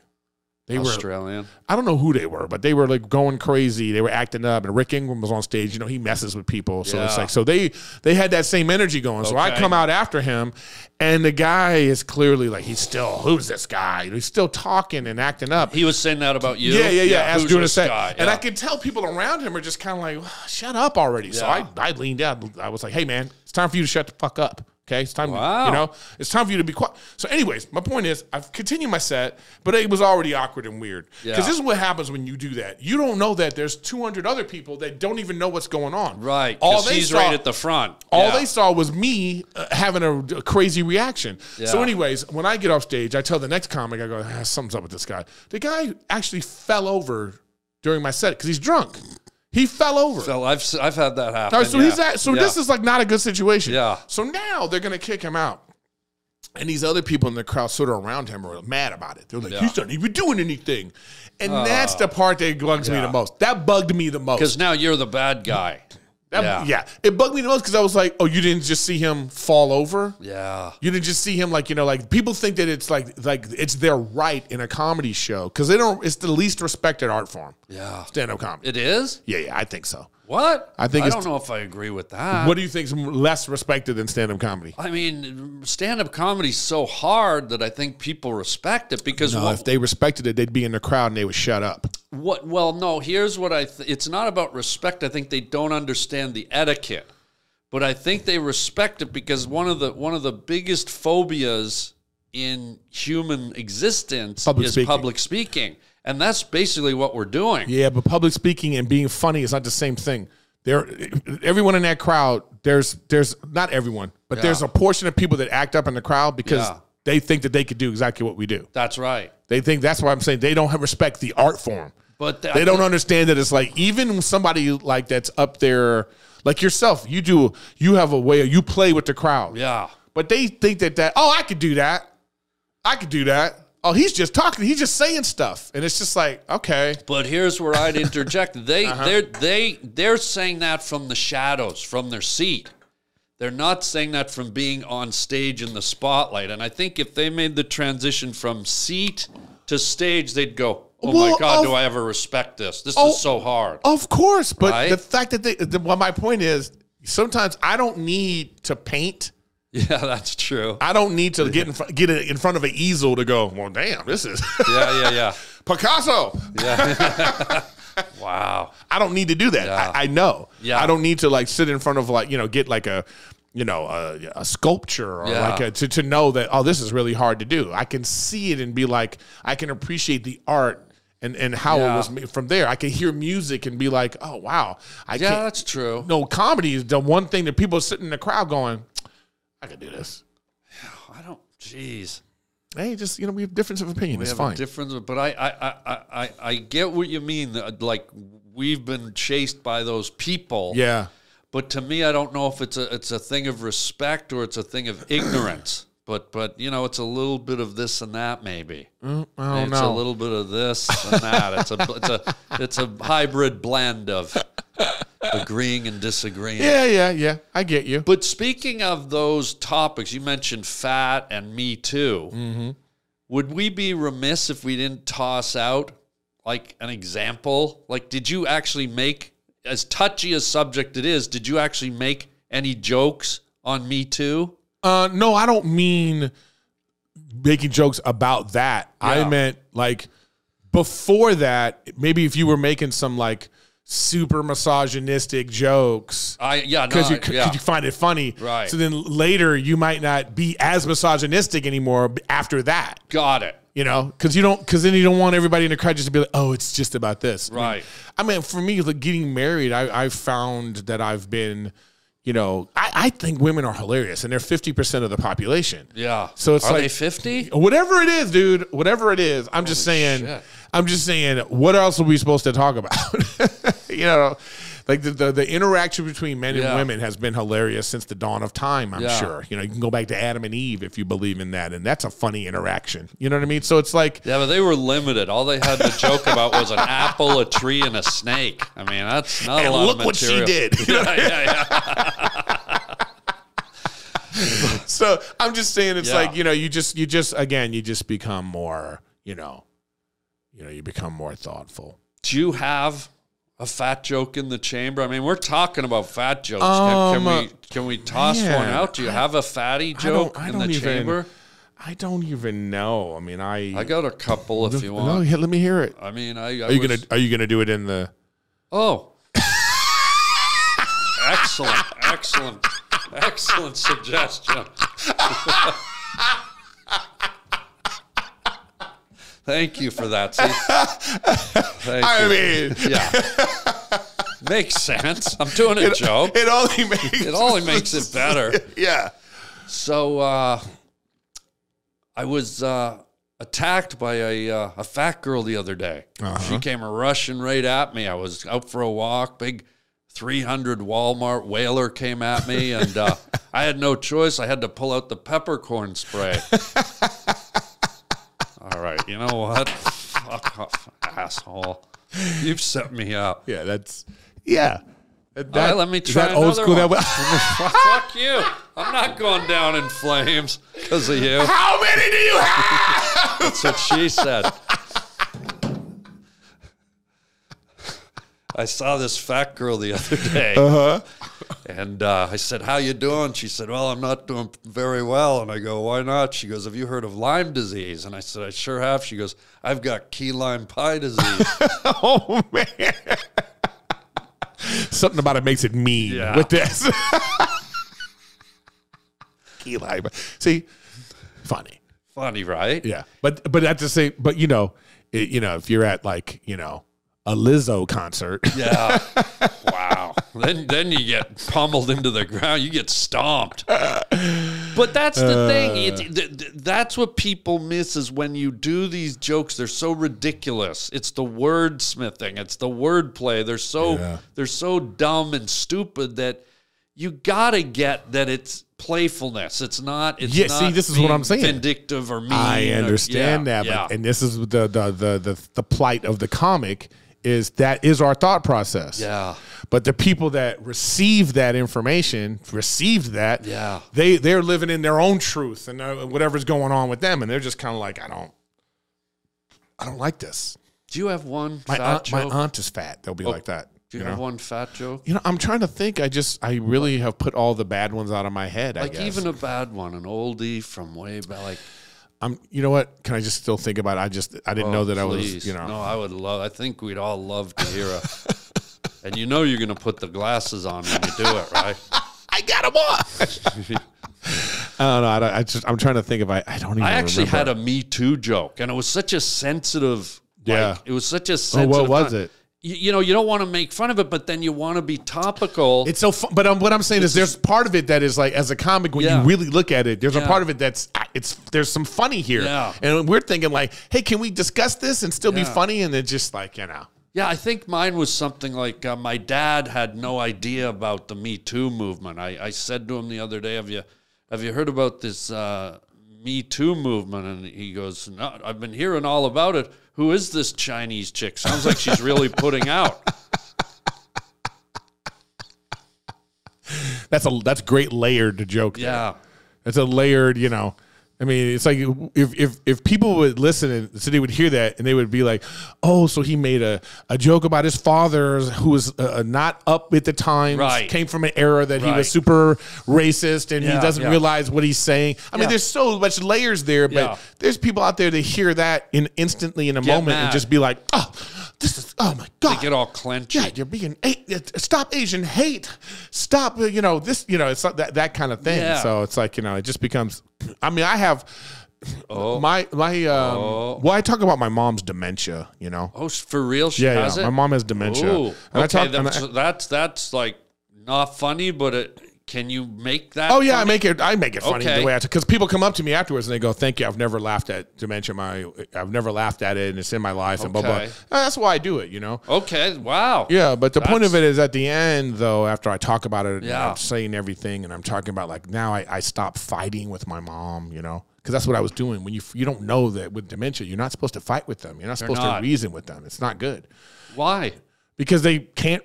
[SPEAKER 2] they were
[SPEAKER 1] Australian.
[SPEAKER 2] I don't know who they were, but they were like going crazy. They were acting up, and Rick Ingram was on stage. You know, he messes with people, so it's
[SPEAKER 1] Yeah.
[SPEAKER 2] like so they they had that same energy going. So I
[SPEAKER 1] Okay.
[SPEAKER 2] come out after him, and the guy is clearly like he's still who's this guy? He's still talking and acting up.
[SPEAKER 1] He was saying that about you.
[SPEAKER 2] Yeah, yeah, yeah. As
[SPEAKER 1] who's
[SPEAKER 2] doing a
[SPEAKER 1] this
[SPEAKER 2] set,
[SPEAKER 1] guy?
[SPEAKER 2] and
[SPEAKER 1] Yeah.
[SPEAKER 2] I could tell people around him are just kind of like, "Shut up already." So I,
[SPEAKER 1] Yeah.
[SPEAKER 2] I leaned down. I was like, "Hey, man, it's time for you to shut the fuck up." Okay, it's time.
[SPEAKER 1] Wow.
[SPEAKER 2] You know, it's time for you to be quiet. So, anyways, my point is, I've continued my set, but it was already awkward and weird.
[SPEAKER 1] Yeah.
[SPEAKER 2] Because this is what happens when you do that. You don't know that there's 200 other people that don't even know what's going on.
[SPEAKER 1] Right.
[SPEAKER 2] All
[SPEAKER 1] 'cause
[SPEAKER 2] they
[SPEAKER 1] he's
[SPEAKER 2] saw,
[SPEAKER 1] right at the front.
[SPEAKER 2] all
[SPEAKER 1] Yeah.
[SPEAKER 2] they saw was me uh, having a, a crazy reaction. So,
[SPEAKER 1] Yeah.
[SPEAKER 2] anyways, when I get off stage, I tell the next comic, I go, ah, something's up with this guy. The guy actually fell over during my set because he's drunk. He fell over.
[SPEAKER 1] So I've s- I've had that happen.
[SPEAKER 2] All right, so
[SPEAKER 1] yeah.
[SPEAKER 2] he's at, so
[SPEAKER 1] Yeah.
[SPEAKER 2] this is like not a good situation.
[SPEAKER 1] Yeah.
[SPEAKER 2] So now they're gonna kick him out. And these other people in the crowd sort of around him are mad about it. They're like, he's not even doing anything. And
[SPEAKER 1] Uh,
[SPEAKER 2] that's the part that bugs me the most. That bugged me the most.
[SPEAKER 1] because now you're the bad guy.
[SPEAKER 2] That- yeah. It bugged me the most because I was like, oh, you didn't just see him fall over?
[SPEAKER 1] Yeah.
[SPEAKER 2] You didn't just see him like, you know, like people think that it's like like it's their right in a comedy show because they don't it's the least respected art form.
[SPEAKER 1] Yeah.
[SPEAKER 2] Stand up comedy.
[SPEAKER 1] It is.
[SPEAKER 2] yeah, yeah, I think so.
[SPEAKER 1] What?
[SPEAKER 2] I think
[SPEAKER 1] I
[SPEAKER 2] it's-
[SPEAKER 1] don't know if I agree with that.
[SPEAKER 2] what do you think's less respected than stand up comedy?
[SPEAKER 1] I mean, stand-up comedy's so hard that I think people respect it because
[SPEAKER 2] No,
[SPEAKER 1] what,
[SPEAKER 2] if they respected it, they'd be in the crowd and they would shut up.
[SPEAKER 1] What? Well, no. Here's what I. Th- it's not about respect. I think they don't understand the etiquette, but I think they respect it because one of the one of the biggest phobias in human existence
[SPEAKER 2] Public
[SPEAKER 1] is
[SPEAKER 2] speaking.
[SPEAKER 1] public speaking, and that's basically what we're doing.
[SPEAKER 2] Yeah, but public speaking and being funny is not the same thing. There, everyone in that crowd, there's there's not everyone, but there's a portion of people that act up in the crowd because
[SPEAKER 1] Yeah.
[SPEAKER 2] they think that they could do exactly what we do.
[SPEAKER 1] That's right.
[SPEAKER 2] They think that's why I'm saying they don't have respect the art form.
[SPEAKER 1] But
[SPEAKER 2] they don't understand that it's like even somebody like that's up there, like yourself, you do you have a way you play with the crowd.
[SPEAKER 1] Yeah.
[SPEAKER 2] But they think that that oh I could do that, I could do that. Oh he's just talking, he's just saying stuff, and it's just like okay,
[SPEAKER 1] But here's where I'd interject. They they're they they're saying that from the shadows, from their seat. They're not saying that from being on stage in the spotlight. And I think if they made the transition from seat to stage, they'd go, "Oh my
[SPEAKER 2] Well,
[SPEAKER 1] god,
[SPEAKER 2] of-
[SPEAKER 1] do I ever respect this? This
[SPEAKER 2] Oh,
[SPEAKER 1] is so hard."
[SPEAKER 2] Of course, but
[SPEAKER 1] Right?
[SPEAKER 2] the fact that they, the, well, my point is, sometimes I don't need to paint.
[SPEAKER 1] (laughs) Yeah, that's
[SPEAKER 2] (laughs)
[SPEAKER 1] true.
[SPEAKER 2] I don't need to get in fr- get in front of an easel to go. Well, damn, this is
[SPEAKER 1] Yeah, yeah, yeah.
[SPEAKER 2] (laughs) Picasso.
[SPEAKER 1] Wow.
[SPEAKER 2] I don't need to do that.
[SPEAKER 1] Yeah.
[SPEAKER 2] I, I know.
[SPEAKER 1] Yeah.
[SPEAKER 2] I don't need to like sit in front of like you know get like a you know a, a sculpture or
[SPEAKER 1] Yeah.
[SPEAKER 2] like a, to to know that oh this is really hard to do. I can see it and be like I can appreciate the art. And, and how
[SPEAKER 1] Yeah.
[SPEAKER 2] it was made from there, I can hear music and be like, "Oh wow, I
[SPEAKER 1] Yeah,
[SPEAKER 2] can't,
[SPEAKER 1] that's true.
[SPEAKER 2] no comedy is the one thing that people sitting in the crowd going, I could do this.
[SPEAKER 1] I don't. Jeez.
[SPEAKER 2] Hey, just you know, we have difference of opinion.
[SPEAKER 1] We
[SPEAKER 2] it's
[SPEAKER 1] have
[SPEAKER 2] fine.
[SPEAKER 1] a difference, but I, I, I, I, I get what you mean. that, Like we've been chased by those people.
[SPEAKER 2] yeah,
[SPEAKER 1] But to me, I don't know if it's a it's a thing of respect or it's a thing of ignorance. (clears throat) But but you know, it's a little bit of this and that maybe.
[SPEAKER 2] Mm, I don't
[SPEAKER 1] it's
[SPEAKER 2] know.
[SPEAKER 1] a little bit of this and that. It's a it's a it's a hybrid blend
[SPEAKER 2] (laughs)
[SPEAKER 1] of agreeing and disagreeing.
[SPEAKER 2] yeah, yeah, yeah. I get you.
[SPEAKER 1] But speaking of those topics, you mentioned fat and Me Too.
[SPEAKER 2] Mm-hmm.
[SPEAKER 1] Would we be remiss if we didn't toss out like an example? Like, did you actually make, as touchy a subject it is, did you actually make any jokes on Me Too?
[SPEAKER 2] Uh, no, I don't mean making jokes about that.
[SPEAKER 1] Yeah.
[SPEAKER 2] I meant like before that. Maybe if you were making some like super misogynistic jokes.
[SPEAKER 1] I yeah, no,
[SPEAKER 2] because you,
[SPEAKER 1] I-
[SPEAKER 2] 'cause
[SPEAKER 1] Uh, yeah.
[SPEAKER 2] you find it funny,
[SPEAKER 1] Right.
[SPEAKER 2] So then later you might not be as misogynistic anymore after that.
[SPEAKER 1] got it.
[SPEAKER 2] you know, because you don't, because then you don't want everybody in the crowd just to be like, oh, it's just about this, I mean-
[SPEAKER 1] Right.
[SPEAKER 2] I mean, for me, like getting married, I I found that I've been, you know, I, I think women are hilarious, and they're fifty percent of the population.
[SPEAKER 1] Yeah.
[SPEAKER 2] So it's
[SPEAKER 1] Are they
[SPEAKER 2] like-
[SPEAKER 1] fifty?
[SPEAKER 2] Whatever it is, dude. Whatever it is, I'm just saying.
[SPEAKER 1] shit.
[SPEAKER 2] I'm just saying. What else are we supposed to talk about? (laughs) you know, like the, the the interaction between men
[SPEAKER 1] Yeah.
[SPEAKER 2] and women has been hilarious since the dawn of time. I'm
[SPEAKER 1] Yeah.
[SPEAKER 2] sure. You know, you can go back to Adam and Eve if you believe in that, and that's a funny interaction. You know what I mean? So it's like.
[SPEAKER 1] Yeah, but they were limited. All they had to joke about was an apple, a tree, and a snake. I mean, that's not a
[SPEAKER 2] And
[SPEAKER 1] lot
[SPEAKER 2] look
[SPEAKER 1] of
[SPEAKER 2] what she
[SPEAKER 1] material. (laughs)
[SPEAKER 2] did.
[SPEAKER 1] yeah, yeah, yeah.
[SPEAKER 2] So I'm just saying, it's
[SPEAKER 1] Yeah.
[SPEAKER 2] like you know, you just you just again, you just become more, you know, you know, you become more thoughtful.
[SPEAKER 1] do you have a fat joke in the chamber? I mean, we're talking about fat jokes. can, can
[SPEAKER 2] Um,
[SPEAKER 1] we can we toss
[SPEAKER 2] man,
[SPEAKER 1] one out? Do you have a fatty
[SPEAKER 2] I don't-
[SPEAKER 1] joke
[SPEAKER 2] I
[SPEAKER 1] in the
[SPEAKER 2] don't even-
[SPEAKER 1] chamber?
[SPEAKER 2] I don't even know. I mean, I,
[SPEAKER 1] I got a couple if you
[SPEAKER 2] no,
[SPEAKER 1] want.
[SPEAKER 2] here, let me hear it.
[SPEAKER 1] I mean, I, I
[SPEAKER 2] Are you
[SPEAKER 1] was-
[SPEAKER 2] gonna Are you gonna do it in the?
[SPEAKER 1] Oh, excellent, excellent, excellent suggestion. Thank you for that. See? Thank
[SPEAKER 2] (laughs) I
[SPEAKER 1] you.
[SPEAKER 2] mean,
[SPEAKER 1] yeah, makes sense. I'm doing a joke.
[SPEAKER 2] it only makes
[SPEAKER 1] It only makes it better.
[SPEAKER 2] yeah.
[SPEAKER 1] So uh, I was uh, attacked by a uh, a fat girl the other day. She came rushing right at me. I was out for a walk. Big 300 Walmart whaler came at me, and uh, I had no choice. I had to pull out the peppercorn spray. All right, you know what? Fuck off, asshole. You've set me up.
[SPEAKER 2] Yeah, that's yeah. That,
[SPEAKER 1] All right, let me
[SPEAKER 2] is
[SPEAKER 1] try
[SPEAKER 2] that old
[SPEAKER 1] another
[SPEAKER 2] school. That
[SPEAKER 1] one.
[SPEAKER 2] way-
[SPEAKER 1] Fuck you. I'm not going down in flames because of you.
[SPEAKER 2] how many do you have?
[SPEAKER 1] That's what she said. I saw this fat girl the other day, and uh, I said, "How you doing?" She said, "Well, I'm not doing very well." And I go, "Why not?" She goes, "Have you heard of Lyme disease?" And I said, "I sure have." She goes, "I've got key lime pie disease."
[SPEAKER 2] (laughs) Oh man. Something about it makes it mean
[SPEAKER 1] Yeah.
[SPEAKER 2] with this. (laughs) Key lime. See, funny.
[SPEAKER 1] Funny, right?
[SPEAKER 2] Yeah, but but at the same, but you know, it, you know, if you're at like you know a Lizzo concert,
[SPEAKER 1] Yeah.
[SPEAKER 2] (laughs)
[SPEAKER 1] wow. Then then you get pummeled into the ground. You get stomped. But that's the
[SPEAKER 2] Uh.
[SPEAKER 1] thing. It, th- th- that's what people miss is when you do these jokes. They're so ridiculous. It's the wordsmithing. It's the wordplay. They're so
[SPEAKER 2] Yeah.
[SPEAKER 1] they're so dumb and stupid that you gotta get that it's playfulness. It's not. It's
[SPEAKER 2] Yeah, see,
[SPEAKER 1] not
[SPEAKER 2] this is what
[SPEAKER 1] being
[SPEAKER 2] I'm saying.
[SPEAKER 1] Vindictive or mean.
[SPEAKER 2] I
[SPEAKER 1] or-
[SPEAKER 2] understand
[SPEAKER 1] yeah,
[SPEAKER 2] that,
[SPEAKER 1] yeah.
[SPEAKER 2] but and this is the, the the the the plight of the comic is that is our thought process.
[SPEAKER 1] Yeah.
[SPEAKER 2] But the people that received that information received that.
[SPEAKER 1] Yeah.
[SPEAKER 2] They they're living in their own truth and uh, whatever's going on with them, and they're just kind of like, I don't, I don't like this.
[SPEAKER 1] do you have one
[SPEAKER 2] My
[SPEAKER 1] fat
[SPEAKER 2] aunt, my
[SPEAKER 1] joke?
[SPEAKER 2] aunt is fat. They'll be like that.
[SPEAKER 1] Oh. do you,
[SPEAKER 2] you know?
[SPEAKER 1] have one fat joke?
[SPEAKER 2] You know, I'm trying to think. I just, I really have put all the bad ones out of my head. I
[SPEAKER 1] Like
[SPEAKER 2] guess.
[SPEAKER 1] even a bad one, an oldie from way back. Like
[SPEAKER 2] I'm. You know what? Can I just still think about? It? I just, I didn't know that I was.
[SPEAKER 1] Oh, Please.
[SPEAKER 2] You know.
[SPEAKER 1] No, I would love. I think we'd all love to
[SPEAKER 2] (laughs)
[SPEAKER 1] hear it. and you know you're going to put the glasses on when you do it,
[SPEAKER 2] (laughs)
[SPEAKER 1] right?
[SPEAKER 2] I got him on. I don't know. I, don't, I just I'm trying to think if I I don't even.
[SPEAKER 1] I actually had a Me Too joke, and it was such a sensitive.
[SPEAKER 2] Yeah.
[SPEAKER 1] Like, it was such a
[SPEAKER 2] Oh,
[SPEAKER 1] sensitive.
[SPEAKER 2] what was
[SPEAKER 1] time.
[SPEAKER 2] it?
[SPEAKER 1] You, you know, you don't want to make fun of it, but then you want to be topical.
[SPEAKER 2] It's so fun, but um, what I'm saying is, there's part of it that is like, as a comic, when
[SPEAKER 1] Yeah.
[SPEAKER 2] you really look at it, there's
[SPEAKER 1] Yeah.
[SPEAKER 2] a part of it that's ah, it's there's some funny here,
[SPEAKER 1] Yeah.
[SPEAKER 2] and we're thinking like, hey, can we discuss this and still be
[SPEAKER 1] Yeah.
[SPEAKER 2] funny? And then just like you know,
[SPEAKER 1] yeah, I think mine was something like uh, my dad had no idea about the Me Too movement. I, I said to him the other day, "Have you have you heard about this uh, Me Too movement?" And he goes, "No, I've been hearing all about it. Who is this Chinese chick? Sounds like she's really putting
[SPEAKER 2] (laughs)
[SPEAKER 1] out."
[SPEAKER 2] that's a that's great layered joke. there.
[SPEAKER 1] Yeah,
[SPEAKER 2] It's a layered, you know. I mean, it's like if if if people would listen and so they would hear that and they would be like, "Oh, so he made a, a joke about his father who was uh, not up at the time,
[SPEAKER 1] Right.
[SPEAKER 2] came from an era that he
[SPEAKER 1] Right.
[SPEAKER 2] was super racist and
[SPEAKER 1] Yeah,
[SPEAKER 2] he doesn't
[SPEAKER 1] yeah.
[SPEAKER 2] realize what he's saying." I
[SPEAKER 1] Yeah.
[SPEAKER 2] mean, there's so much layers there, but
[SPEAKER 1] Yeah.
[SPEAKER 2] there's people out there that hear that in instantly in a
[SPEAKER 1] Get
[SPEAKER 2] moment
[SPEAKER 1] mad.
[SPEAKER 2] and just be like, "Oh, this is oh my god."
[SPEAKER 1] they get all clenched.
[SPEAKER 2] yeah, you're being a- uh, stop Asian hate. Stop, uh, you know this. You know it's not that that kind of thing.
[SPEAKER 1] Yeah.
[SPEAKER 2] So it's like you know it just becomes. I mean, I have
[SPEAKER 1] Oh.
[SPEAKER 2] my my. Um, Well, I talk about my mom's dementia. You know.
[SPEAKER 1] Oh, s- for real? She
[SPEAKER 2] yeah,
[SPEAKER 1] has
[SPEAKER 2] yeah.
[SPEAKER 1] it.
[SPEAKER 2] My mom has dementia,
[SPEAKER 1] Ooh, okay,
[SPEAKER 2] and I talk. and
[SPEAKER 1] that's,
[SPEAKER 2] I-
[SPEAKER 1] that's that's like not funny, but it, can you make that?
[SPEAKER 2] Oh yeah, I make it. I make it funny
[SPEAKER 1] Okay.
[SPEAKER 2] the way I because people come up to me afterwards and they go, "Thank you. I've never laughed at dementia. My I've never laughed at it, and it's in my life, and blah blah."
[SPEAKER 1] Okay.
[SPEAKER 2] And that's why I do it. You know.
[SPEAKER 1] Okay. Wow.
[SPEAKER 2] Yeah, but the point of it is at the end, though, after I talk about it,
[SPEAKER 1] Yeah.
[SPEAKER 2] yeah. I'm saying everything, and I'm talking about like now I, I stop fighting with my mom, you know, because that's what I was doing. When you you don't know that with dementia, you're not supposed to fight with them. You're not supposed
[SPEAKER 1] not.
[SPEAKER 2] to reason with them. It's not good
[SPEAKER 1] Why?
[SPEAKER 2] because they can't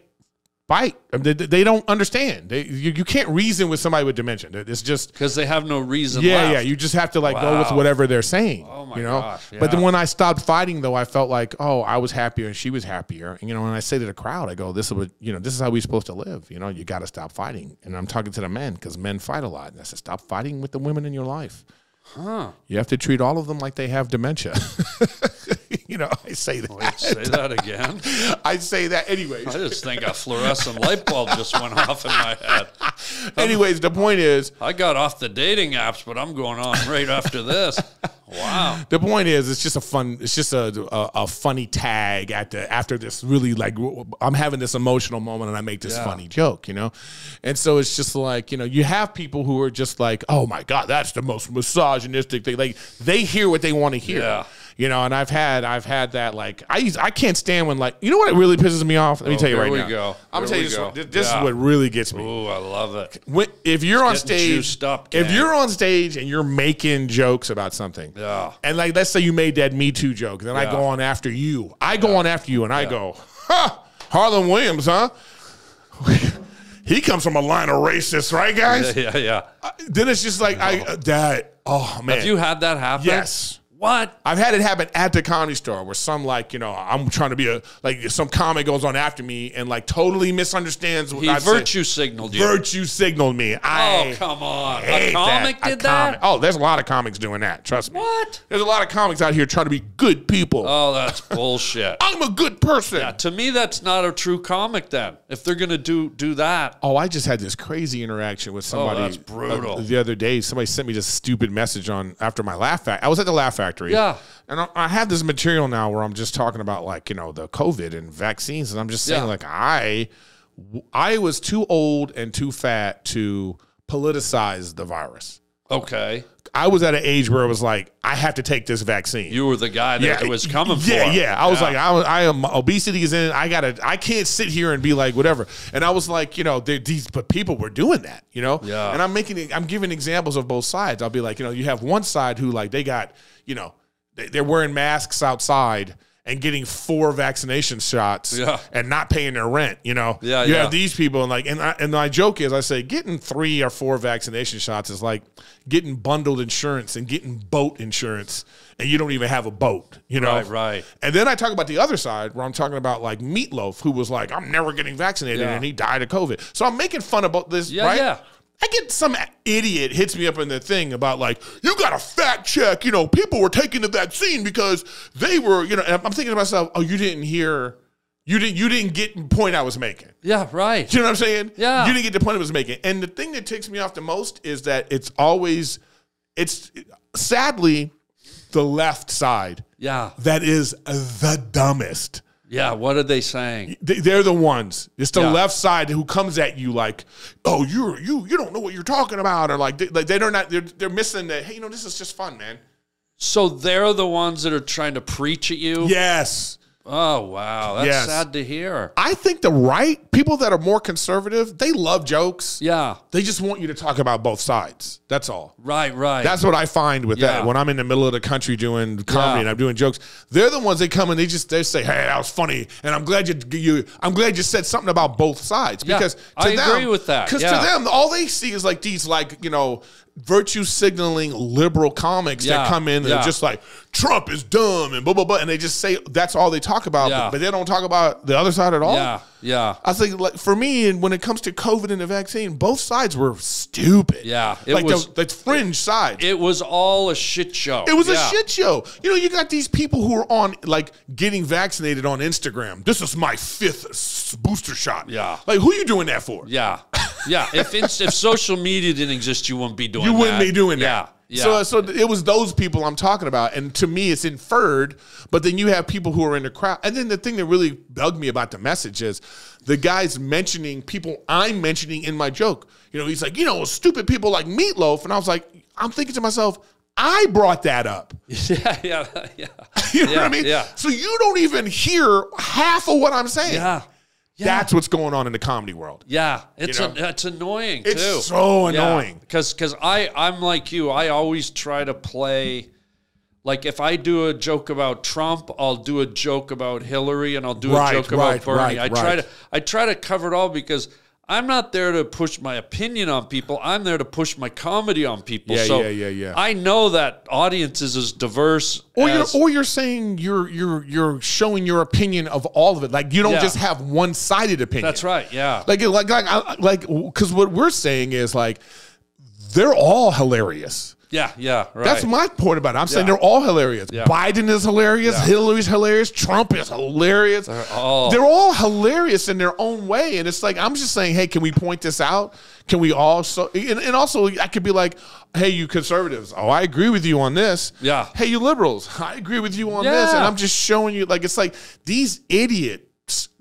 [SPEAKER 2] fight. I mean, They, they don't understand. They, you, you can't reason with somebody with dementia. It's just
[SPEAKER 1] Because they have no reason.
[SPEAKER 2] yeah,
[SPEAKER 1] left.
[SPEAKER 2] yeah. You just have to like go with
[SPEAKER 1] Wow.
[SPEAKER 2] whatever they're saying.
[SPEAKER 1] Oh my
[SPEAKER 2] you know?
[SPEAKER 1] gosh,
[SPEAKER 2] But then
[SPEAKER 1] yeah.
[SPEAKER 2] when I stopped fighting, though, I felt like, oh, I was happier and she was happier. And you know, when I say to the crowd, I go, this is what you know, this is how we're supposed to live. You know, you got to stop fighting. And I'm talking to the men because men fight a lot. And I said, stop fighting with the women in your life. Huh? You have to treat all of them like they have dementia. (laughs) you know, I say that.
[SPEAKER 1] Say that again.
[SPEAKER 2] (laughs) I say that
[SPEAKER 1] (laughs)
[SPEAKER 2] anyways. (laughs)
[SPEAKER 1] I just think a fluorescent light bulb just went off in my head.
[SPEAKER 2] anyways, the point is,
[SPEAKER 1] I got off the dating apps, but I'm going on right after this. Wow.
[SPEAKER 2] The point is, it's just a fun, it's just a, a, a funny tag at the after this really like w- w- I'm having this emotional moment and I make this funny joke, you know, and so it's just like you know you have people who are just like, oh my god, that's the most misogynistic thing. Like they hear what they want to hear.
[SPEAKER 1] Yeah.
[SPEAKER 2] You know, and I've had I've had that like I used- I can't stand when like you know what it really pisses me off. Let me tell you
[SPEAKER 1] Oh, here
[SPEAKER 2] right
[SPEAKER 1] we
[SPEAKER 2] now.
[SPEAKER 1] go.
[SPEAKER 2] I'm
[SPEAKER 1] Here
[SPEAKER 2] gonna tell
[SPEAKER 1] we
[SPEAKER 2] you this.
[SPEAKER 1] go.
[SPEAKER 2] One. This, this
[SPEAKER 1] Yeah.
[SPEAKER 2] is what really gets me
[SPEAKER 1] Ooh, I love it.
[SPEAKER 2] when, if you're on
[SPEAKER 1] getting
[SPEAKER 2] stage,
[SPEAKER 1] juiced up,
[SPEAKER 2] if
[SPEAKER 1] gang.
[SPEAKER 2] you're on stage and you're making jokes about something,
[SPEAKER 1] Yeah.
[SPEAKER 2] and like let's say you made that Me Too joke, then I go on after you. I go on after you, and I go, "Ha, Harlan Williams, huh? (laughs) he comes from a line of racists, right, guys?
[SPEAKER 1] Yeah, yeah.
[SPEAKER 2] Uh, Then it's just like I uh, that. Oh man,
[SPEAKER 1] Have you had that happen?
[SPEAKER 2] Yes.
[SPEAKER 1] What?
[SPEAKER 2] I've had it happen at the comedy store where some like you know I'm trying to be a like some comic goes on after me and like totally misunderstands what
[SPEAKER 1] He
[SPEAKER 2] I've said.
[SPEAKER 1] virtue signaled you.
[SPEAKER 2] virtue signaled me. I
[SPEAKER 1] oh, come on. A
[SPEAKER 2] hate
[SPEAKER 1] comic
[SPEAKER 2] that. A
[SPEAKER 1] did
[SPEAKER 2] comic.
[SPEAKER 1] that?
[SPEAKER 2] Oh, there's a lot of comics doing that. Trust me.
[SPEAKER 1] What?
[SPEAKER 2] There's a lot of comics out here trying to be good people.
[SPEAKER 1] Oh, that's bullshit.
[SPEAKER 2] I'm a good person.
[SPEAKER 1] to me, that's not a true comic then. If they're going to do do that,
[SPEAKER 2] Oh, I just had this crazy interaction with somebody.
[SPEAKER 1] Oh, that's brutal.
[SPEAKER 2] uh, the other day, somebody sent me this stupid message on after my laugh factory. I was at the laugh factory.
[SPEAKER 1] Yeah.
[SPEAKER 2] And I, I have this material now where I'm just talking about like you know the COVID and vaccines, and I'm just saying
[SPEAKER 1] Yeah.
[SPEAKER 2] like I, I was too old and too fat to politicize the virus.
[SPEAKER 1] Okay.
[SPEAKER 2] I was at an age where it was like, I have to take this vaccine.
[SPEAKER 1] You were the guy that it was coming
[SPEAKER 2] yeah,
[SPEAKER 1] for.
[SPEAKER 2] Yeah, I was like, I, was- I am obesity is in. I gotta. I can't sit here and be like whatever. And I was like, you know, there- these but people were doing that, you know.
[SPEAKER 1] Yeah.
[SPEAKER 2] And I'm making. it- I'm giving examples of both sides. I'll be like, you know, you have one side who like they got, you know, they, they're wearing masks outside. And getting four vaccination shots
[SPEAKER 1] Yeah.
[SPEAKER 2] and not paying their rent, you know.
[SPEAKER 1] Yeah,
[SPEAKER 2] you
[SPEAKER 1] yeah.
[SPEAKER 2] have these people and like, and I, and my joke is, I say getting three or four vaccination shots is like getting bundled insurance and getting boat insurance, and you don't even have a boat, you know.
[SPEAKER 1] Right, right.
[SPEAKER 2] And then I talk about the other side where I'm talking about like Meatloaf, who was like, I'm never getting vaccinated,
[SPEAKER 1] Yeah.
[SPEAKER 2] and he died of COVID. So I'm making fun about this,
[SPEAKER 1] Yeah,
[SPEAKER 2] right?
[SPEAKER 1] yeah.
[SPEAKER 2] I get some idiot hits me up in the thing about like you got to fact check. You know, people were taking the vaccine because they were, you know. And I'm thinking to myself, oh, you didn't hear, you didn't, you didn't get the point I was making.
[SPEAKER 1] Yeah, right.
[SPEAKER 2] Do you know what I'm saying?
[SPEAKER 1] Yeah.
[SPEAKER 2] You didn't get the point I was making. And the thing that takes me off the most is that it's always, it's sadly, the left side
[SPEAKER 1] Yeah.
[SPEAKER 2] that is the dumbest.
[SPEAKER 1] Yeah. What are they saying?
[SPEAKER 2] They- They're the ones. It's the
[SPEAKER 1] Yeah.
[SPEAKER 2] left side who comes at you like, "Oh, you are you you don't know what you're talking about," or like, they, like they're not they're they're missing that. Hey, you know, this is just fun, man.
[SPEAKER 1] So they're the ones that are trying to preach at you?
[SPEAKER 2] Yes,
[SPEAKER 1] Oh, wow. That's
[SPEAKER 2] Yes.
[SPEAKER 1] sad to hear.
[SPEAKER 2] I think the right people that are more conservative, they love jokes.
[SPEAKER 1] Yeah.
[SPEAKER 2] They just want you to talk about both sides. That's all.
[SPEAKER 1] Right, right.
[SPEAKER 2] That's what I find with
[SPEAKER 1] Yeah.
[SPEAKER 2] that. When I'm in the middle of the country doing comedy
[SPEAKER 1] Yeah.
[SPEAKER 2] and I'm doing jokes, they're the ones that come and they just they say, "Hey, that was funny," and I'm glad you you I'm glad you said something about both sides
[SPEAKER 1] Yeah,
[SPEAKER 2] because to
[SPEAKER 1] I
[SPEAKER 2] them,
[SPEAKER 1] agree with that.
[SPEAKER 2] Because
[SPEAKER 1] Yeah.
[SPEAKER 2] to them, all they see is like these like you know virtue signaling liberal comics
[SPEAKER 1] Yeah.
[SPEAKER 2] that come in and
[SPEAKER 1] Yeah.
[SPEAKER 2] are just like Trump is dumb and blah blah blah, and they just say that's all they talk about,
[SPEAKER 1] Yeah.
[SPEAKER 2] but they don't talk about the other side at all.
[SPEAKER 1] yeah, yeah.
[SPEAKER 2] I think like for me, and when it comes to COVID and the vaccine, both sides were stupid.
[SPEAKER 1] Yeah, it
[SPEAKER 2] like
[SPEAKER 1] was-
[SPEAKER 2] the, the fringe side.
[SPEAKER 1] It was all a shit show.
[SPEAKER 2] It was
[SPEAKER 1] Yeah.
[SPEAKER 2] a shit show. You know, you got these people who are on like getting vaccinated on Instagram. This is my fifth s- booster shot.
[SPEAKER 1] Yeah.
[SPEAKER 2] Like, who you doing that for?
[SPEAKER 1] Yeah, yeah. If inst- if social media didn't exist, you wouldn't be doing.
[SPEAKER 2] You wouldn't
[SPEAKER 1] that.
[SPEAKER 2] be doing
[SPEAKER 1] yeah.
[SPEAKER 2] that.
[SPEAKER 1] Yeah,
[SPEAKER 2] So, so th- it was those people I'm talking about, and to me, it's inferred. But then you have people who are in the crowd, and then the thing that really bugged me about the message is the guys mentioning people I'm mentioning in my joke. You know, he's like, you know, stupid people like Meatloaf, and I was like, I'm thinking to myself, I brought that up.
[SPEAKER 1] (laughs) yeah, yeah, yeah,
[SPEAKER 2] (laughs) You know
[SPEAKER 1] Yeah,
[SPEAKER 2] what I mean?
[SPEAKER 1] yeah.
[SPEAKER 2] So you don't even hear half of what I'm saying.
[SPEAKER 1] yeah,
[SPEAKER 2] That's what's going on in the comedy world.
[SPEAKER 1] yeah. It's
[SPEAKER 2] (laughs) You know?
[SPEAKER 1] a, it's annoying
[SPEAKER 2] It's
[SPEAKER 1] too.
[SPEAKER 2] so annoying.
[SPEAKER 1] Because because I I'm like you. I always try to play. Like if I do a joke about Trump, I'll do a joke about Hillary, and I'll do
[SPEAKER 2] Right,
[SPEAKER 1] a joke
[SPEAKER 2] right,
[SPEAKER 1] about Bernie.
[SPEAKER 2] right,
[SPEAKER 1] I try
[SPEAKER 2] right.
[SPEAKER 1] to I try to cover it all because I'm not there to push my opinion on people. I'm there to push my comedy on people.
[SPEAKER 2] Yeah,
[SPEAKER 1] so
[SPEAKER 2] yeah, yeah, yeah.
[SPEAKER 1] I know that audience is as diverse.
[SPEAKER 2] Or
[SPEAKER 1] as,
[SPEAKER 2] you're or you're saying you're you're you're showing your opinion of all of it. Like you don't
[SPEAKER 1] Yeah.
[SPEAKER 2] just have one sided opinion.
[SPEAKER 1] That's right. Yeah.
[SPEAKER 2] Like like like I- like because what we're saying is like they're all hilarious.
[SPEAKER 1] yeah. Yeah. Right.
[SPEAKER 2] That's my point about it. I'm saying
[SPEAKER 1] Yeah.
[SPEAKER 2] they're all hilarious.
[SPEAKER 1] Yeah.
[SPEAKER 2] Biden is hilarious. Hillary's hilarious. Trump is hilarious. They're
[SPEAKER 1] all-
[SPEAKER 2] hilarious in their own way. And it's like, I'm just saying, hey, can we point this out? Can we also, and, and also, I could be like, hey, you conservatives, oh, I agree with you on this.
[SPEAKER 1] Yeah.
[SPEAKER 2] Hey, you liberals, (laughs) I agree with you on this. And
[SPEAKER 1] Yeah.
[SPEAKER 2] I'm just showing you, like, it's like these idiots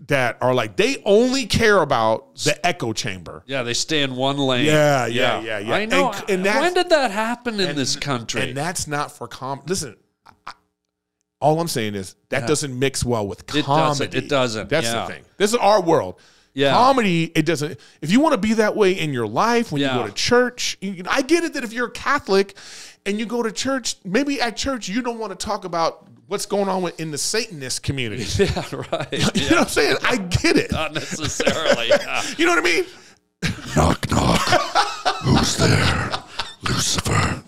[SPEAKER 2] that are like, they only care about the echo chamber.
[SPEAKER 1] yeah. They stay in one lane.
[SPEAKER 2] Yeah, yeah, yeah, yeah.
[SPEAKER 1] I know.
[SPEAKER 2] And- and that's-
[SPEAKER 1] when did that happen in this country?
[SPEAKER 2] And that's not for com. Listen, I, I- all I'm saying is that doesn't mix well with comedy.
[SPEAKER 1] doesn't. It doesn't.
[SPEAKER 2] That's
[SPEAKER 1] Yeah.
[SPEAKER 2] the thing. This is our world.
[SPEAKER 1] Yeah.
[SPEAKER 2] Comedy, it doesn't. If you want to be that way in your life, when
[SPEAKER 1] Yeah.
[SPEAKER 2] you go to church, you, you know, I get it that if you're a Catholic and you go to church, maybe at church you don't want to talk about what's going on with, in the Satanist community.
[SPEAKER 1] (laughs) (laughs) yeah. Uh, Right.
[SPEAKER 2] (laughs) You know what I'm saying? I get it.
[SPEAKER 1] Not
[SPEAKER 2] (laughs)
[SPEAKER 1] necessarily. yeah.
[SPEAKER 2] You know what I mean?
[SPEAKER 5] Knock, knock. Who's there? Lucifer.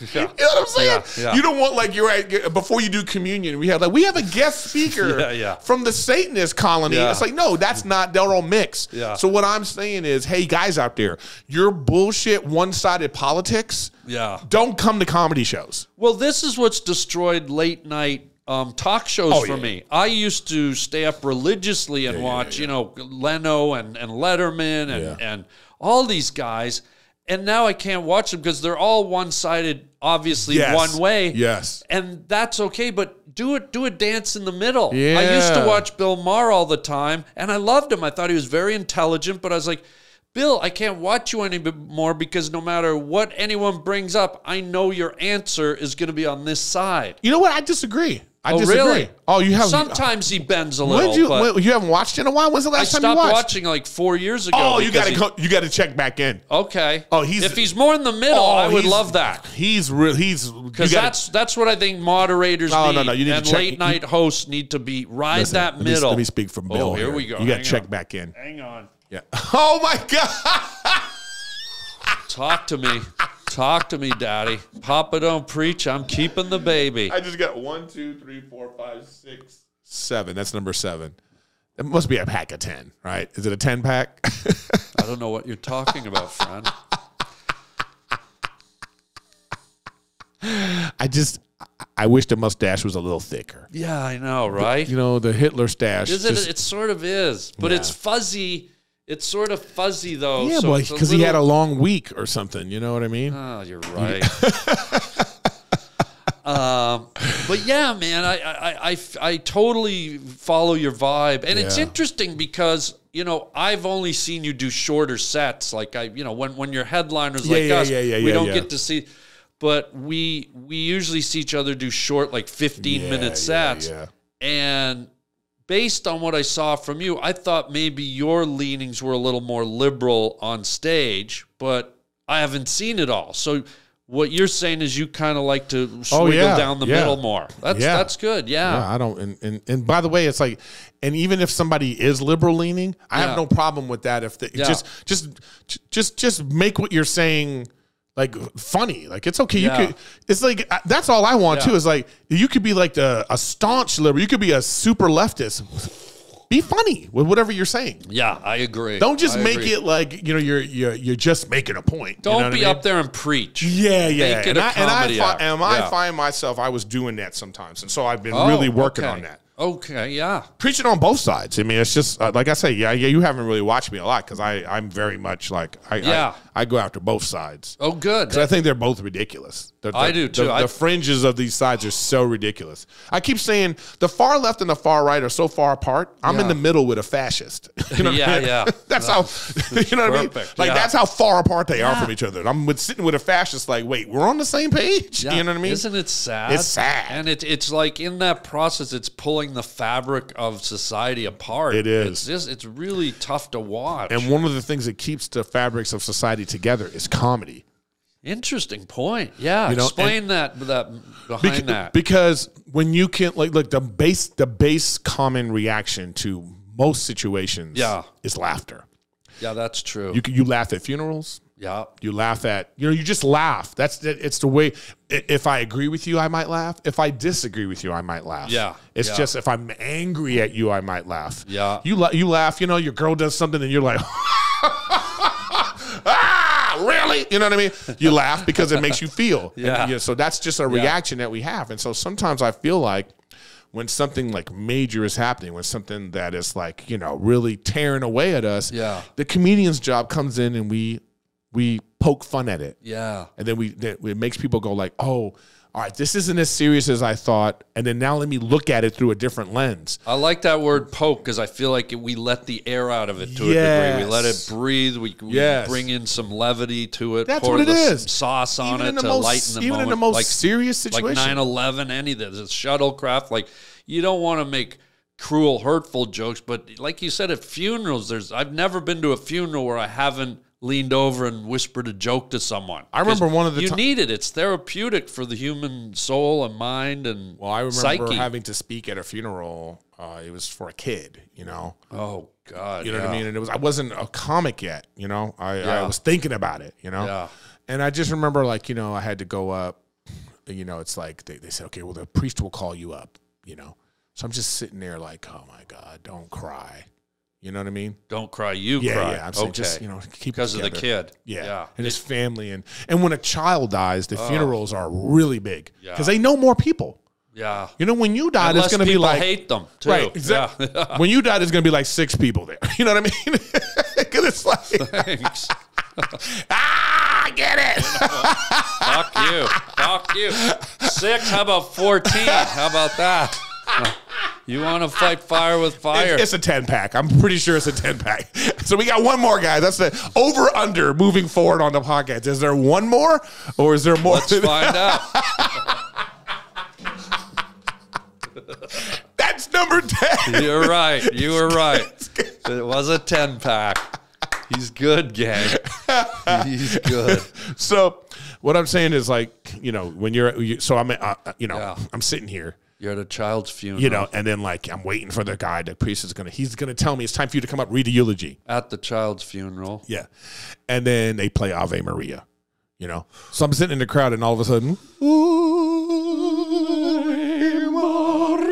[SPEAKER 2] You know what I'm saying?
[SPEAKER 1] Yeah, yeah.
[SPEAKER 2] You don't want like you're at before you do communion. We have like we have
[SPEAKER 1] (laughs)
[SPEAKER 2] a guest speaker
[SPEAKER 1] Yeah, yeah.
[SPEAKER 2] from the Satanist colony.
[SPEAKER 1] Yeah.
[SPEAKER 2] It's like no, that's not. They're all mixed.
[SPEAKER 1] Yeah.
[SPEAKER 2] So what I'm saying is, hey guys out there, your bullshit one sided politics.
[SPEAKER 1] Yeah.
[SPEAKER 2] Don't come to comedy shows.
[SPEAKER 1] Well, this is what's destroyed late night um, talk shows
[SPEAKER 2] Oh,
[SPEAKER 1] for
[SPEAKER 2] yeah.
[SPEAKER 1] me. I used to stay up religiously and watch, you know, Leno and, and Letterman and, and all these guys. And now I can't watch them because they're all one sided, obviously
[SPEAKER 2] Yes.
[SPEAKER 1] one way.
[SPEAKER 2] Yes.
[SPEAKER 1] And that's okay, but do it do a dance in the middle. I used to
[SPEAKER 2] Yeah.
[SPEAKER 1] watch Bill Maher all the time and I loved him. I thought he was very intelligent, but I was like, Bill, I can't watch you anymore because no matter what anyone brings up, I know your answer is going to be on this side.
[SPEAKER 2] You know what? I disagree. I
[SPEAKER 1] oh,
[SPEAKER 2] disagree.
[SPEAKER 1] really?
[SPEAKER 2] Oh, you have
[SPEAKER 1] Sometimes he bends a little.
[SPEAKER 2] When you
[SPEAKER 1] but
[SPEAKER 2] when- you haven't watched in a while. When's the
[SPEAKER 1] I
[SPEAKER 2] last time you
[SPEAKER 1] stopped
[SPEAKER 2] watched?
[SPEAKER 1] watching like four years ago.
[SPEAKER 2] oh, you
[SPEAKER 1] because
[SPEAKER 2] gotta
[SPEAKER 1] he-
[SPEAKER 2] go, you gotta check back in.
[SPEAKER 1] Okay.
[SPEAKER 2] Oh, he's-
[SPEAKER 1] if he's more in the middle,
[SPEAKER 2] Oh,
[SPEAKER 1] I would
[SPEAKER 2] he's-
[SPEAKER 1] love that.
[SPEAKER 2] He's real. He's
[SPEAKER 1] Because that's that's what I think moderators
[SPEAKER 2] No,
[SPEAKER 1] need,
[SPEAKER 2] no, no, you need to
[SPEAKER 1] and
[SPEAKER 2] check-
[SPEAKER 1] late night hosts need to be ride that
[SPEAKER 2] let me-
[SPEAKER 1] middle.
[SPEAKER 2] let me speak for Bill.
[SPEAKER 1] Oh, here,
[SPEAKER 2] here.
[SPEAKER 1] we go.
[SPEAKER 2] You gotta
[SPEAKER 1] Hang
[SPEAKER 2] check
[SPEAKER 1] on.
[SPEAKER 2] back in.
[SPEAKER 1] Hang on.
[SPEAKER 2] Yeah. (laughs) Oh my god.
[SPEAKER 1] Talk to me. Talk to me, Daddy. Papa don't preach. I'm keeping the baby.
[SPEAKER 2] I just got one, two, three, four, five, six, seven. That's number seven. It must be a pack of ten, right? Is it a ten pack? (laughs)
[SPEAKER 1] I don't know what you're talking about, friend.
[SPEAKER 2] I just I- I wish the mustache was a little thicker.
[SPEAKER 1] Yeah, I know, right?
[SPEAKER 2] You know, the Hitler stash.
[SPEAKER 1] Is it?
[SPEAKER 2] just-
[SPEAKER 1] It sort of is, but it's fuzzy. It's sort of fuzzy though.
[SPEAKER 2] yeah,
[SPEAKER 1] so
[SPEAKER 2] boy,
[SPEAKER 1] it's
[SPEAKER 2] because he had a
[SPEAKER 1] little-
[SPEAKER 2] long week or something. You know what I mean?
[SPEAKER 1] Oh, you're right.
[SPEAKER 2] (laughs)
[SPEAKER 1] um, but yeah, man, I, I, I- I f- I totally follow your vibe, and it's
[SPEAKER 2] Yeah.
[SPEAKER 1] interesting because you know I've only seen you do shorter sets. Like I, you know, when when you're headliners
[SPEAKER 2] Yeah,
[SPEAKER 1] like
[SPEAKER 2] yeah,
[SPEAKER 1] us,
[SPEAKER 2] yeah, yeah,
[SPEAKER 1] we
[SPEAKER 2] yeah,
[SPEAKER 1] don't
[SPEAKER 2] yeah.
[SPEAKER 1] get to see. But we we usually see each other do short, like fifteen
[SPEAKER 2] Yeah, yeah,
[SPEAKER 1] minute sets,
[SPEAKER 2] yeah.
[SPEAKER 1] and based on what I saw from you, I thought maybe your leanings were a little more liberal on stage, but I haven't seen it all. So what you're saying is you kind of like to swiggle
[SPEAKER 2] Oh, yeah,
[SPEAKER 1] down the
[SPEAKER 2] yeah.
[SPEAKER 1] middle more. That's
[SPEAKER 2] Yeah.
[SPEAKER 1] that's good.
[SPEAKER 2] Yeah,
[SPEAKER 1] Yeah.
[SPEAKER 2] I don't. And, and and by the way, it's like, and even if somebody is liberal leaning, I
[SPEAKER 1] Yeah.
[SPEAKER 2] have no problem with that. If they,
[SPEAKER 1] Yeah.
[SPEAKER 2] just just j- just just make what you're saying like funny, like it's okay.
[SPEAKER 1] Yeah.
[SPEAKER 2] You could. It's like I- that's all I want
[SPEAKER 1] Yeah.
[SPEAKER 2] too. Is like you could be like the, a staunch liberal. You could be a super leftist. Be funny with whatever you're saying.
[SPEAKER 1] Yeah, I agree.
[SPEAKER 2] Don't just
[SPEAKER 1] I
[SPEAKER 2] make
[SPEAKER 1] agree.
[SPEAKER 2] it like you know you're you're you're just making a point.
[SPEAKER 1] Don't
[SPEAKER 2] you know
[SPEAKER 1] be
[SPEAKER 2] what I mean?
[SPEAKER 1] up there and preach.
[SPEAKER 2] Yeah, yeah.
[SPEAKER 1] Make it
[SPEAKER 2] and,
[SPEAKER 1] a
[SPEAKER 2] I, and I,
[SPEAKER 1] comedy
[SPEAKER 2] fi-
[SPEAKER 1] act.
[SPEAKER 2] and I
[SPEAKER 1] Yeah.
[SPEAKER 2] find myself I was doing that sometimes, and so I've been
[SPEAKER 1] Oh,
[SPEAKER 2] really working
[SPEAKER 1] okay.
[SPEAKER 2] on that
[SPEAKER 1] Okay, yeah.
[SPEAKER 2] preaching on both sides. I mean, it's just uh, like I say, yeah, yeah. You haven't really watched me a lot because I I'm very much like I
[SPEAKER 1] Yeah.
[SPEAKER 2] I, I go after both sides.
[SPEAKER 1] Oh, good.
[SPEAKER 2] 'Cause I think they're both ridiculous. The-
[SPEAKER 1] I
[SPEAKER 2] the-
[SPEAKER 1] do, too.
[SPEAKER 2] The,
[SPEAKER 1] I-
[SPEAKER 2] the fringes of these sides are so ridiculous. I keep saying the far left and the far right are so far apart. I'm in
[SPEAKER 1] Yeah.
[SPEAKER 2] the middle with a fascist. (laughs) You know what I
[SPEAKER 1] Yeah,
[SPEAKER 2] mean?
[SPEAKER 1] yeah.
[SPEAKER 2] that's how (laughs) you know what I mean.
[SPEAKER 1] Perfect,
[SPEAKER 2] Like
[SPEAKER 1] yeah.
[SPEAKER 2] that's how far apart they are from each other. And I'm with, sitting with a fascist. Like, wait, we're on the same page. (laughs)
[SPEAKER 1] Yeah.
[SPEAKER 2] You know what I mean?
[SPEAKER 1] Isn't it sad?
[SPEAKER 2] It's sad.
[SPEAKER 1] And it, it's like in that process, it's pulling the fabric of society apart.
[SPEAKER 2] It is.
[SPEAKER 1] It's, just, it's really tough to watch.
[SPEAKER 2] and one of the things that keeps the fabrics of society together is comedy.
[SPEAKER 1] Interesting point. Yeah.
[SPEAKER 2] You know,
[SPEAKER 1] Explain that, that behind
[SPEAKER 2] Bec-
[SPEAKER 1] that.
[SPEAKER 2] Because when you can like look the base the base common reaction to most situations
[SPEAKER 1] Yeah.
[SPEAKER 2] is laughter.
[SPEAKER 1] yeah, that's true.
[SPEAKER 2] You can, you laugh at funerals.
[SPEAKER 1] yeah.
[SPEAKER 2] You laugh at you know you just laugh. That's it, it's the way. i- If I agree with you, I might laugh. If I disagree with you, I might laugh.
[SPEAKER 1] Yeah,
[SPEAKER 2] It's
[SPEAKER 1] yeah.
[SPEAKER 2] just if I'm angry at you, I might laugh.
[SPEAKER 1] Yeah.
[SPEAKER 2] You la- you laugh. You know your girl does something and you're like. (laughs) Ah, really? You know what I mean? You laugh because it makes you feel. And,
[SPEAKER 1] Yeah.
[SPEAKER 2] so that's just a reaction that we have. And so sometimes I feel like when something like major is happening, when something that is like, you know, really tearing away at us,
[SPEAKER 1] Yeah.
[SPEAKER 2] the comedian's job comes in and we we poke fun at it.
[SPEAKER 1] Yeah.
[SPEAKER 2] And then we that it makes people go like, "Oh, all right, this isn't as serious as I thought." And then now let me look at it through a different lens.
[SPEAKER 1] I like that word poke because I feel like we let the air out of it to a degree. We let it
[SPEAKER 2] Yes.
[SPEAKER 1] breathe. We, we
[SPEAKER 2] Yes.
[SPEAKER 1] bring in some levity to it.
[SPEAKER 2] That's
[SPEAKER 1] pour
[SPEAKER 2] what it
[SPEAKER 1] the s-
[SPEAKER 2] is.
[SPEAKER 1] Sauce on
[SPEAKER 2] Even
[SPEAKER 1] it
[SPEAKER 2] in the
[SPEAKER 1] to
[SPEAKER 2] most-
[SPEAKER 1] lighten the
[SPEAKER 2] even in
[SPEAKER 1] moment.
[SPEAKER 2] the most
[SPEAKER 1] like,
[SPEAKER 2] serious
[SPEAKER 1] Like oh
[SPEAKER 2] situation.
[SPEAKER 1] 9 11, any of this, shuttlecraft. Like, you don't want to make cruel, hurtful jokes. But like you said, at funerals, there's I've never been to a funeral where I haven't leaned over and whispered a joke to someone.
[SPEAKER 2] I remember
[SPEAKER 1] 'Cause
[SPEAKER 2] one of the
[SPEAKER 1] You
[SPEAKER 2] ti-
[SPEAKER 1] need it. It's therapeutic for the human soul and mind and
[SPEAKER 2] Well, I remember
[SPEAKER 1] psyche.
[SPEAKER 2] having to speak at a funeral. Uh, it was for a kid, you know.
[SPEAKER 1] oh, God.
[SPEAKER 2] You know what
[SPEAKER 1] yeah.
[SPEAKER 2] I mean? And it was I wasn't a comic yet, you know. I,
[SPEAKER 1] Yeah.
[SPEAKER 2] I was thinking about it, you know.
[SPEAKER 1] Yeah.
[SPEAKER 2] And I just remember like, you know, I had to go up, you know, it's like they, they said, Okay, well the priest will call you up, you know. So I'm just sitting there like, Oh my God, don't cry. You know what I mean?
[SPEAKER 1] Don't cry, you
[SPEAKER 2] Yeah,
[SPEAKER 1] cry.
[SPEAKER 2] yeah. I'm saying
[SPEAKER 1] okay.
[SPEAKER 2] just, you know, keep it
[SPEAKER 1] because of the
[SPEAKER 2] together.
[SPEAKER 1] kid.
[SPEAKER 2] Yeah.
[SPEAKER 1] yeah. Oh.
[SPEAKER 2] And his family and and when a child dies, the funerals are really big.
[SPEAKER 1] Yeah.
[SPEAKER 2] Because they know more people.
[SPEAKER 1] yeah.
[SPEAKER 2] You know, when you die,
[SPEAKER 1] Unless
[SPEAKER 2] it's gonna be
[SPEAKER 1] people
[SPEAKER 2] like
[SPEAKER 1] hate them too.
[SPEAKER 2] Right. Exactly. when you die, there's going to be like six people there. (laughs) You know what I mean? Because it's like,
[SPEAKER 1] (laughs) Yeah. (laughs) Thanks.
[SPEAKER 2] ah, I get it.
[SPEAKER 1] Fuck you. Fuck you. Six. How about fourteen? How about that? You want to fight fire with (laughs) fire.
[SPEAKER 2] It's, it's a 10 pack. I'm pretty sure it's a 10 pack. (laughs) So we got one more, guys. That's the over under moving forward on the podcast. Is there one more or is there more?
[SPEAKER 1] Let's find out.
[SPEAKER 2] (laughs) That's number 10.
[SPEAKER 1] You're right. You were right. It was a 10 pack. He's good, gang. He's good.
[SPEAKER 2] So what I'm saying is like, you know, when you're, you, so I'm, uh, you know,
[SPEAKER 1] Yeah.
[SPEAKER 2] I'm sitting here.
[SPEAKER 1] You're at a child's funeral.
[SPEAKER 2] You know, and then like I'm waiting for the guy. The priest is gonna. He's gonna tell me it's time for you to come up read a eulogy.
[SPEAKER 1] At the child's funeral.
[SPEAKER 2] Yeah. And then they play Ave Maria, you know. So I'm sitting in the crowd and all of a sudden, Ave Maria,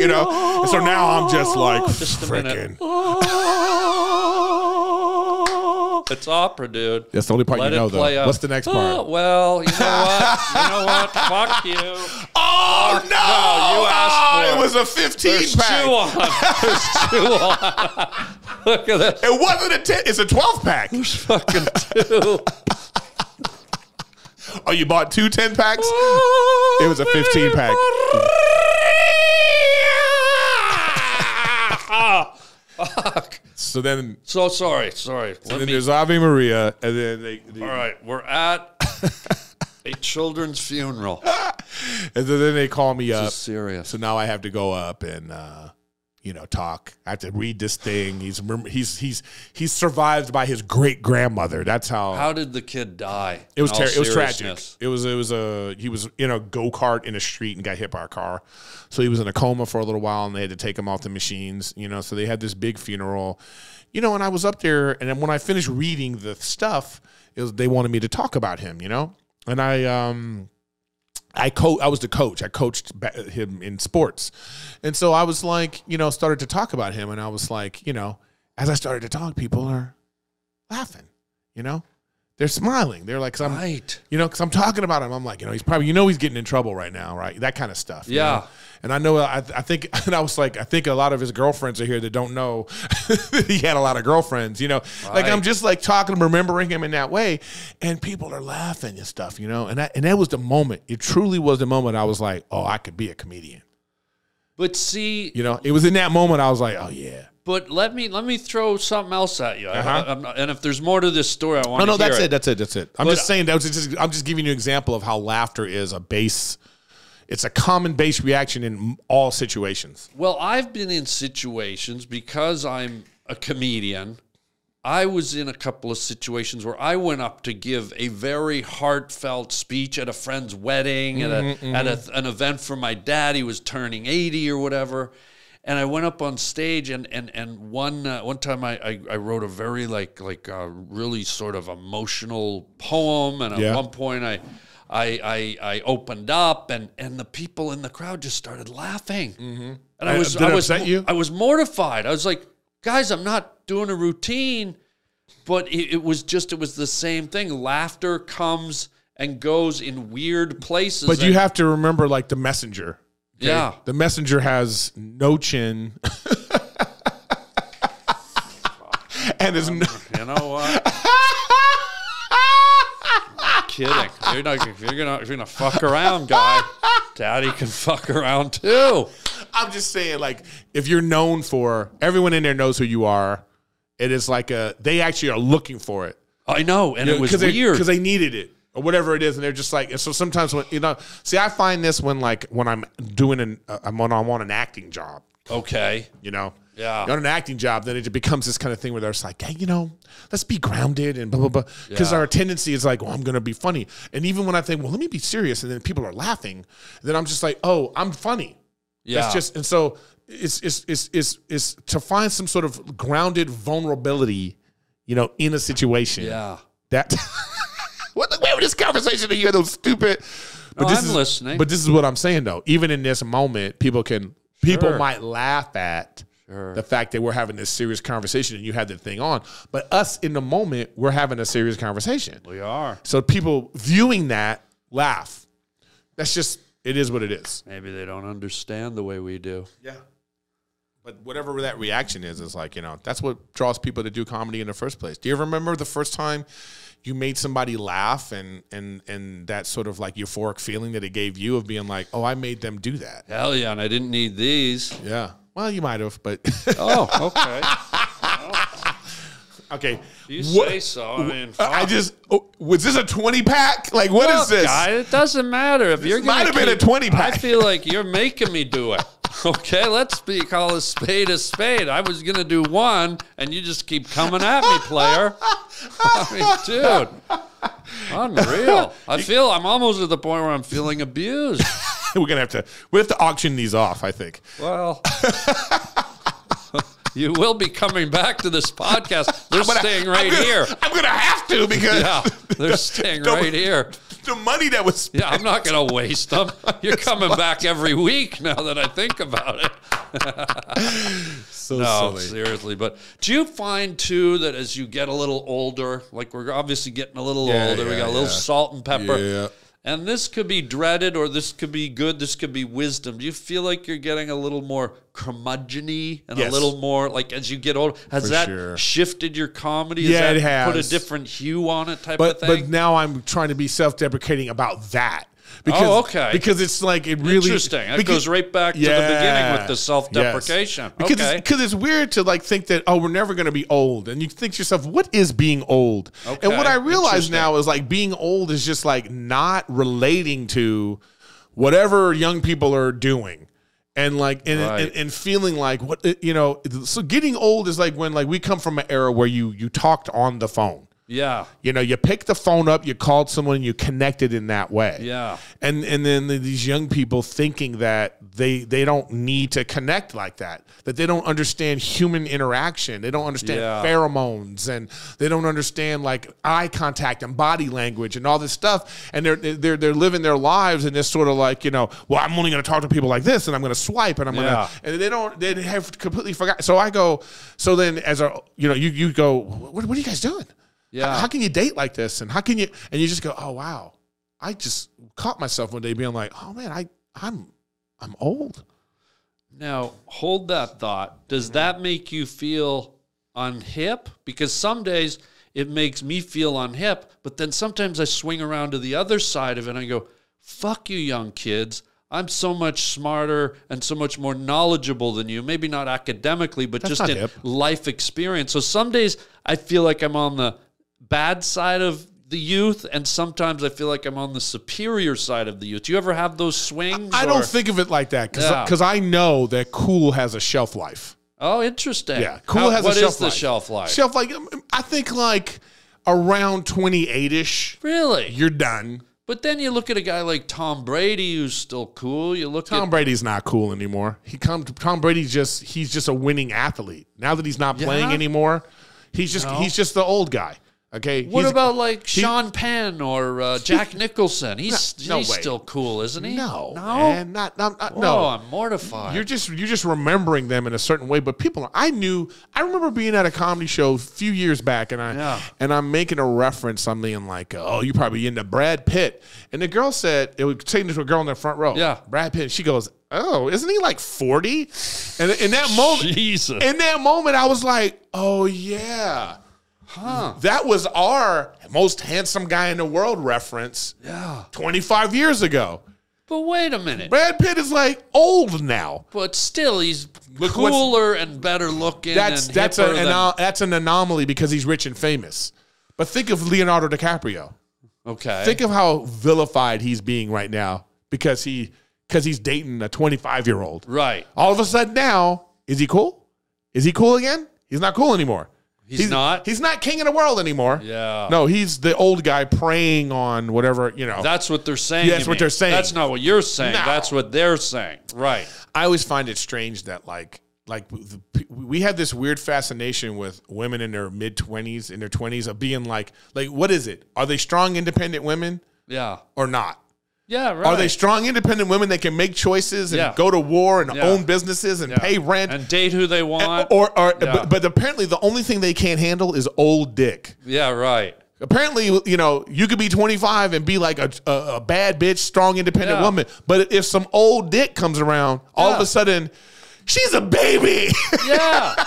[SPEAKER 2] you know. And so now I'm just like
[SPEAKER 1] Just a minute.
[SPEAKER 2] freaking.
[SPEAKER 1] (laughs) It's opera, dude.
[SPEAKER 2] That's the only part
[SPEAKER 1] Let
[SPEAKER 2] you know,
[SPEAKER 1] it play
[SPEAKER 2] though.
[SPEAKER 1] out.
[SPEAKER 2] What's the next
[SPEAKER 1] Oh,
[SPEAKER 2] part?
[SPEAKER 1] well, you know what? You know what? Fuck
[SPEAKER 2] (laughs)
[SPEAKER 1] you.
[SPEAKER 2] Oh, no!
[SPEAKER 1] you asked for
[SPEAKER 2] Oh,
[SPEAKER 1] it.
[SPEAKER 2] it was a 15
[SPEAKER 1] There's
[SPEAKER 2] pack.
[SPEAKER 1] two on. (laughs) There's two on. (laughs) Look at that.
[SPEAKER 2] It wasn't a 10, it's a 12 pack.
[SPEAKER 1] Fucking two.
[SPEAKER 2] Oh, you bought two 10 packs? It was a 15 pack.
[SPEAKER 1] Fuck.
[SPEAKER 2] So then
[SPEAKER 1] So sorry. Sorry. Let
[SPEAKER 2] And
[SPEAKER 1] me
[SPEAKER 2] then there's Ave Maria, and then they, they-
[SPEAKER 1] All right, we're at a children's funeral.
[SPEAKER 2] and so then they call me up.
[SPEAKER 1] This is serious.
[SPEAKER 2] So now I have to go up and uh, you know talk. I have to read this thing. He's rem- he's he's he's survived by his great grandmother. That's how,
[SPEAKER 1] How did the kid die?
[SPEAKER 2] it was.
[SPEAKER 1] In all
[SPEAKER 2] Ter- it was tragic.
[SPEAKER 1] seriousness?
[SPEAKER 2] It was it was a he was in a go kart in a street and got hit by a car, so he was in a coma for a little while, and they had to take him off the machines. You know, so they had this big funeral. You know, and I was up there, and then when I finished reading the stuff, it was, they wanted me to talk about him. You know, and I um. I co- I was the coach. I coached ba- him in sports, and so I was like, you know, started to talk about him, and I was like, you know, as I started to talk, people are laughing, you know, they're smiling. They're like, 'cause I'm,
[SPEAKER 1] Right.
[SPEAKER 2] you know, because I'm talking about him. I'm like, you know, he's probably, you know, he's getting in trouble right now, right? That kind of stuff. you
[SPEAKER 1] Yeah.
[SPEAKER 2] know? And I know, I, I think, (laughs) and I was like, I think a lot of his girlfriends are here that don't know (laughs) that he had a lot of girlfriends, you know? Like, I'm
[SPEAKER 1] Right.
[SPEAKER 2] just like talking, remembering him in that way. And people are laughing and stuff, you know? And, I, and that was the moment. It truly was the moment I was like, oh, I could be a comedian.
[SPEAKER 1] But see,
[SPEAKER 2] You know, it was in that moment I was like, oh, yeah.
[SPEAKER 1] but let me let me throw something else at you. I-
[SPEAKER 2] Uh-huh.
[SPEAKER 1] I, am not, and if there's more to this story, I want
[SPEAKER 2] Oh
[SPEAKER 1] to
[SPEAKER 2] no, that's
[SPEAKER 1] hear
[SPEAKER 2] it. That's it. That's it. I'm
[SPEAKER 1] But-
[SPEAKER 2] just saying that was just. I'm just giving you an example of how laughter is a base. It's a common base reaction in all situations.
[SPEAKER 1] Well, I've been in situations because I'm a comedian. I was in a couple of situations where I went up to give a very heartfelt speech at a friend's wedding, at, a, at a, an event for my dad. He was turning 80 or whatever. And I went up on stage, and and and one uh, one time I, I, I wrote a very like like uh, really sort of emotional poem, and at
[SPEAKER 2] Yeah.
[SPEAKER 1] one point I, I I I opened up, and and the people in the crowd just started laughing. And I
[SPEAKER 2] Uh,
[SPEAKER 1] was,
[SPEAKER 2] did
[SPEAKER 1] I
[SPEAKER 2] it
[SPEAKER 1] was,
[SPEAKER 2] upset you?
[SPEAKER 1] I was mortified. I was like, guys, I'm not doing a routine, but it, it was just, it was the same thing. Laughter comes and goes in weird places.
[SPEAKER 2] But you
[SPEAKER 1] and-
[SPEAKER 2] have to remember, like the messenger.
[SPEAKER 1] yeah,
[SPEAKER 2] The messenger has no chin. (laughs) and is no,
[SPEAKER 1] you know what? I'm kidding. You're not, if you're gonna, if you're gonna fuck around, guy. Daddy can fuck around too.
[SPEAKER 2] (laughs) I'm just saying, like if you're known for everyone in there knows who you are. It is like a they actually are looking for it.
[SPEAKER 1] I know, and it was
[SPEAKER 2] they,
[SPEAKER 1] weird.
[SPEAKER 2] because they needed it or whatever it is, and they're just like. And so sometimes when you know, see, I find this when like when I'm doing an uh, I'm on I'm on an acting job,
[SPEAKER 1] okay,
[SPEAKER 2] you know.
[SPEAKER 1] Yeah.
[SPEAKER 2] You're on an acting job, then it becomes this kind of thing where they're just like, hey, you know, let's be grounded and blah, blah, blah. Because
[SPEAKER 1] Yeah.
[SPEAKER 2] our tendency is like, well, I'm going to be funny. And even when I think, well, let me be serious, and then people are laughing, then I'm just like, oh, I'm funny.
[SPEAKER 1] yeah,
[SPEAKER 2] That's just and so it's it's it's it's it's to find some sort of grounded vulnerability, you know, in a situation.
[SPEAKER 1] Yeah.
[SPEAKER 2] That (laughs) what the where was this conversation that you had those stupid but
[SPEAKER 1] No,
[SPEAKER 2] this
[SPEAKER 1] I'm
[SPEAKER 2] is,
[SPEAKER 1] listening.
[SPEAKER 2] But this is what I'm saying though. Even in this moment, people can people
[SPEAKER 1] Sure.
[SPEAKER 2] might laugh at the fact that we're having this serious conversation and you had the thing on. But us in the moment, we're having a serious conversation.
[SPEAKER 1] we are.
[SPEAKER 2] So people viewing that laugh. That's just it is what it is.
[SPEAKER 1] Maybe they don't understand the way we do.
[SPEAKER 2] Yeah. But whatever that reaction is, is like you know that's what draws people to do comedy in the first place. Do you remember the first time you made somebody laugh and and and that sort of like euphoric feeling that it gave you of being like, oh, I made them do that.
[SPEAKER 1] Hell yeah, and I didn't need these.
[SPEAKER 2] Yeah. Well, you might have, but (laughs)
[SPEAKER 1] Oh, okay.
[SPEAKER 2] okay.
[SPEAKER 1] You
[SPEAKER 2] What-
[SPEAKER 1] say so. I mean,
[SPEAKER 2] I I just oh, was this a twenty pack? Like what is
[SPEAKER 1] Well,
[SPEAKER 2] this?
[SPEAKER 1] guy, it doesn't matter if you're gonna
[SPEAKER 2] might have been
[SPEAKER 1] keep-
[SPEAKER 2] a 20 pack.
[SPEAKER 1] I feel like you're making me do it. (laughs) Okay, let's be call a spade a spade. I was gonna do one, and you just keep coming at me, player. (laughs) I mean, dude, unreal. I
[SPEAKER 2] (laughs)
[SPEAKER 1] feel I'm almost at the point where I'm feeling abused.
[SPEAKER 2] (laughs) We're gonna have to we have to auction these off. I think.
[SPEAKER 1] Well. (laughs) You will be coming back to this podcast. They're
[SPEAKER 2] (laughs) But I-
[SPEAKER 1] staying right
[SPEAKER 2] I'm gonna, (laughs)
[SPEAKER 1] here.
[SPEAKER 2] I'm gonna have to because (laughs)
[SPEAKER 1] Yeah, they're staying
[SPEAKER 2] Don't-
[SPEAKER 1] right here.
[SPEAKER 2] the money that was
[SPEAKER 1] Yeah, I'm not going to waste them. You're coming back every week now that I think about it.
[SPEAKER 2] so
[SPEAKER 1] No, seriously. But do you find too that as you get a little older, like we're obviously getting a little
[SPEAKER 2] Yeah,
[SPEAKER 1] older, we
[SPEAKER 2] yeah,
[SPEAKER 1] got a little
[SPEAKER 2] yeah.
[SPEAKER 1] salt and pepper.
[SPEAKER 2] Yeah.
[SPEAKER 1] And this could be dreaded or this could be good, this could be wisdom. Do you feel like you're getting a little more curmudgeon and a
[SPEAKER 2] Yes.
[SPEAKER 1] little more like as you get older? Has
[SPEAKER 2] For
[SPEAKER 1] that
[SPEAKER 2] sure.
[SPEAKER 1] shifted your comedy?
[SPEAKER 2] Yeah,
[SPEAKER 1] that
[SPEAKER 2] it has.
[SPEAKER 1] put a different hue on it type
[SPEAKER 2] But
[SPEAKER 1] of thing?
[SPEAKER 2] but now I'm trying to be self deprecating about that because
[SPEAKER 1] Oh, okay.
[SPEAKER 2] because it's like it really
[SPEAKER 1] Interesting. That
[SPEAKER 2] because-
[SPEAKER 1] goes right back to the beginning with the self-deprecation.
[SPEAKER 2] Yes. Because
[SPEAKER 1] Okay.
[SPEAKER 2] it's, 'cause it's weird to like think that oh we're never going to be old and you think to yourself what is being old and
[SPEAKER 1] Okay.
[SPEAKER 2] what I realize
[SPEAKER 1] Interesting.
[SPEAKER 2] now is like being old is just like not relating to whatever young people are doing and like and,
[SPEAKER 1] Right.
[SPEAKER 2] and, and feeling like what you know so getting old is like when like we come from an era where you you talked on the phone
[SPEAKER 1] yeah.
[SPEAKER 2] you know, you picked the phone up, you called someone, you connected in that way.
[SPEAKER 1] Yeah.
[SPEAKER 2] And and then these young people thinking that they they don't need to connect like that, that they don't understand human interaction, they don't understand
[SPEAKER 1] Yeah.
[SPEAKER 2] pheromones, and they don't understand like eye contact and body language and all this stuff. And they're they're they're living their lives in this sort of like you know, well, I'm only going to talk to people like this, and I'm going to swipe, and I'm
[SPEAKER 1] Yeah.
[SPEAKER 2] going to and they don't they have completely forgot. So I go, so then as a you know you you go, what, what are you guys doing?
[SPEAKER 1] Yeah.
[SPEAKER 2] How, how can you date like this? And how can you? And you just go, oh wow, I just caught myself one day being like, oh man, I I'm I'm old.
[SPEAKER 1] Now, hold that thought. Does that make you feel unhip? Because some days it makes me feel unhip, but then sometimes I swing around to the other side of it and I go, fuck you, young kids. I'm so much smarter and so much more knowledgeable than you. Maybe not academically, but just
[SPEAKER 2] not
[SPEAKER 1] in
[SPEAKER 2] hip.
[SPEAKER 1] life experience. So some days I feel like I'm on the bad side of the youth, and sometimes I feel like I'm on the superior side of the youth. Do you ever have those swings?
[SPEAKER 2] I
[SPEAKER 1] or-
[SPEAKER 2] don't think of it like that
[SPEAKER 1] Yeah.
[SPEAKER 2] because I know that cool has a shelf life.
[SPEAKER 1] Oh, interesting.
[SPEAKER 2] Yeah, cool
[SPEAKER 1] How-
[SPEAKER 2] has
[SPEAKER 1] what
[SPEAKER 2] a
[SPEAKER 1] is
[SPEAKER 2] shelf
[SPEAKER 1] the
[SPEAKER 2] life.
[SPEAKER 1] shelf life?
[SPEAKER 2] Shelf life. um, I think like around twenty eight ish,
[SPEAKER 1] really?
[SPEAKER 2] you're done.
[SPEAKER 1] But then you look at a guy like Tom Brady, who's still cool. You look
[SPEAKER 2] Tom
[SPEAKER 1] at
[SPEAKER 2] Brady's not cool anymore. He come Tom Brady just he's just a winning athlete. Now that he's not playing
[SPEAKER 1] Yeah?
[SPEAKER 2] anymore, he's just he's just the old guy. Okay.
[SPEAKER 1] what
[SPEAKER 2] He's-
[SPEAKER 1] about like
[SPEAKER 2] he-
[SPEAKER 1] Sean Penn or uh, Jack Nicholson? He's
[SPEAKER 2] no
[SPEAKER 1] he's
[SPEAKER 2] way.
[SPEAKER 1] still cool, isn't he?
[SPEAKER 2] (laughs) No,
[SPEAKER 1] no.
[SPEAKER 2] man, not, not, not- no.
[SPEAKER 1] Oh, I'm mortified.
[SPEAKER 2] You're just you're just remembering them in a certain way. But people, I knew. I remember being at a comedy show a few years back, and I
[SPEAKER 1] Yeah.
[SPEAKER 2] and I'm making a reference. I'm being like, "Oh, you probably into Brad Pitt." And the girl said, "It was taken to a girl in the front row."
[SPEAKER 1] Yeah.
[SPEAKER 2] Brad Pitt. She goes, "Oh, isn't he like 40?" And in that moment,
[SPEAKER 1] Jesus.
[SPEAKER 2] in that moment, I was like, "Oh yeah." Huh. That was our most handsome guy in the world reference
[SPEAKER 1] yeah.
[SPEAKER 2] 25 years ago.
[SPEAKER 1] But wait a minute.
[SPEAKER 2] Brad Pitt is like old now.
[SPEAKER 1] but still, he's
[SPEAKER 2] Look what's-
[SPEAKER 1] cooler and better looking.
[SPEAKER 2] That's
[SPEAKER 1] and
[SPEAKER 2] that's a,
[SPEAKER 1] hipper
[SPEAKER 2] an
[SPEAKER 1] than-
[SPEAKER 2] ano- that's an anomaly because he's rich and famous. But think of Leonardo DiCaprio.
[SPEAKER 1] okay.
[SPEAKER 2] Think of how vilified he's being right now because he because he's dating a 25 year old.
[SPEAKER 1] right.
[SPEAKER 2] All of a sudden now, is he cool? Is he cool again? He's not cool anymore.
[SPEAKER 1] He's not?
[SPEAKER 2] He's not king of the world anymore.
[SPEAKER 1] Yeah.
[SPEAKER 2] No, he's the old guy preying on whatever you know.
[SPEAKER 1] That's what they're saying.
[SPEAKER 2] That's
[SPEAKER 1] you
[SPEAKER 2] what
[SPEAKER 1] mean.
[SPEAKER 2] they're saying.
[SPEAKER 1] That's not what you're saying.
[SPEAKER 2] No.
[SPEAKER 1] That's what they're saying. Right.
[SPEAKER 2] I always find it strange that like like the, pe- we have this weird fascination with women in their mid twenties, in their twenties, of being like like what is it? Are they strong, independent women
[SPEAKER 1] Yeah.
[SPEAKER 2] or not?
[SPEAKER 1] Yeah. Right.
[SPEAKER 2] Are they strong, independent women that can make choices and
[SPEAKER 1] Yeah.
[SPEAKER 2] go to war and
[SPEAKER 1] Yeah.
[SPEAKER 2] own businesses and
[SPEAKER 1] Yeah.
[SPEAKER 2] pay rent?
[SPEAKER 1] and date who they want.
[SPEAKER 2] or or
[SPEAKER 1] Yeah.
[SPEAKER 2] but, but apparently the only thing they can't handle is old dick.
[SPEAKER 1] yeah, right.
[SPEAKER 2] Apparently, you know, you could be 25 and be like a, a, a bad bitch, strong, independent
[SPEAKER 1] Yeah.
[SPEAKER 2] woman. But if some old dick comes around, all of
[SPEAKER 1] Yeah.
[SPEAKER 2] a sudden, she's a baby. (laughs)
[SPEAKER 1] Yeah. (laughs)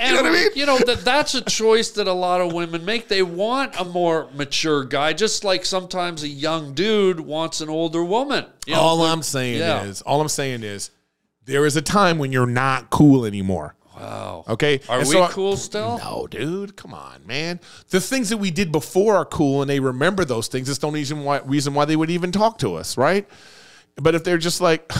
[SPEAKER 1] And,
[SPEAKER 2] know what I mean?
[SPEAKER 1] You know, that that's a choice that a lot of women make. They want a more mature guy, just like sometimes a young dude wants an older woman. You know,
[SPEAKER 2] all I'm saying
[SPEAKER 1] Yeah.
[SPEAKER 2] is, all I'm saying is, there is a time when you're not cool anymore.
[SPEAKER 1] wow.
[SPEAKER 2] Okay,
[SPEAKER 1] Are
[SPEAKER 2] Oh. And
[SPEAKER 1] we
[SPEAKER 2] so I-
[SPEAKER 1] cool still?
[SPEAKER 2] No, dude, come on, man. The things that we did before are cool, and they remember those things. It's the only reason why, reason why they would even talk to us, right? But if they're just like,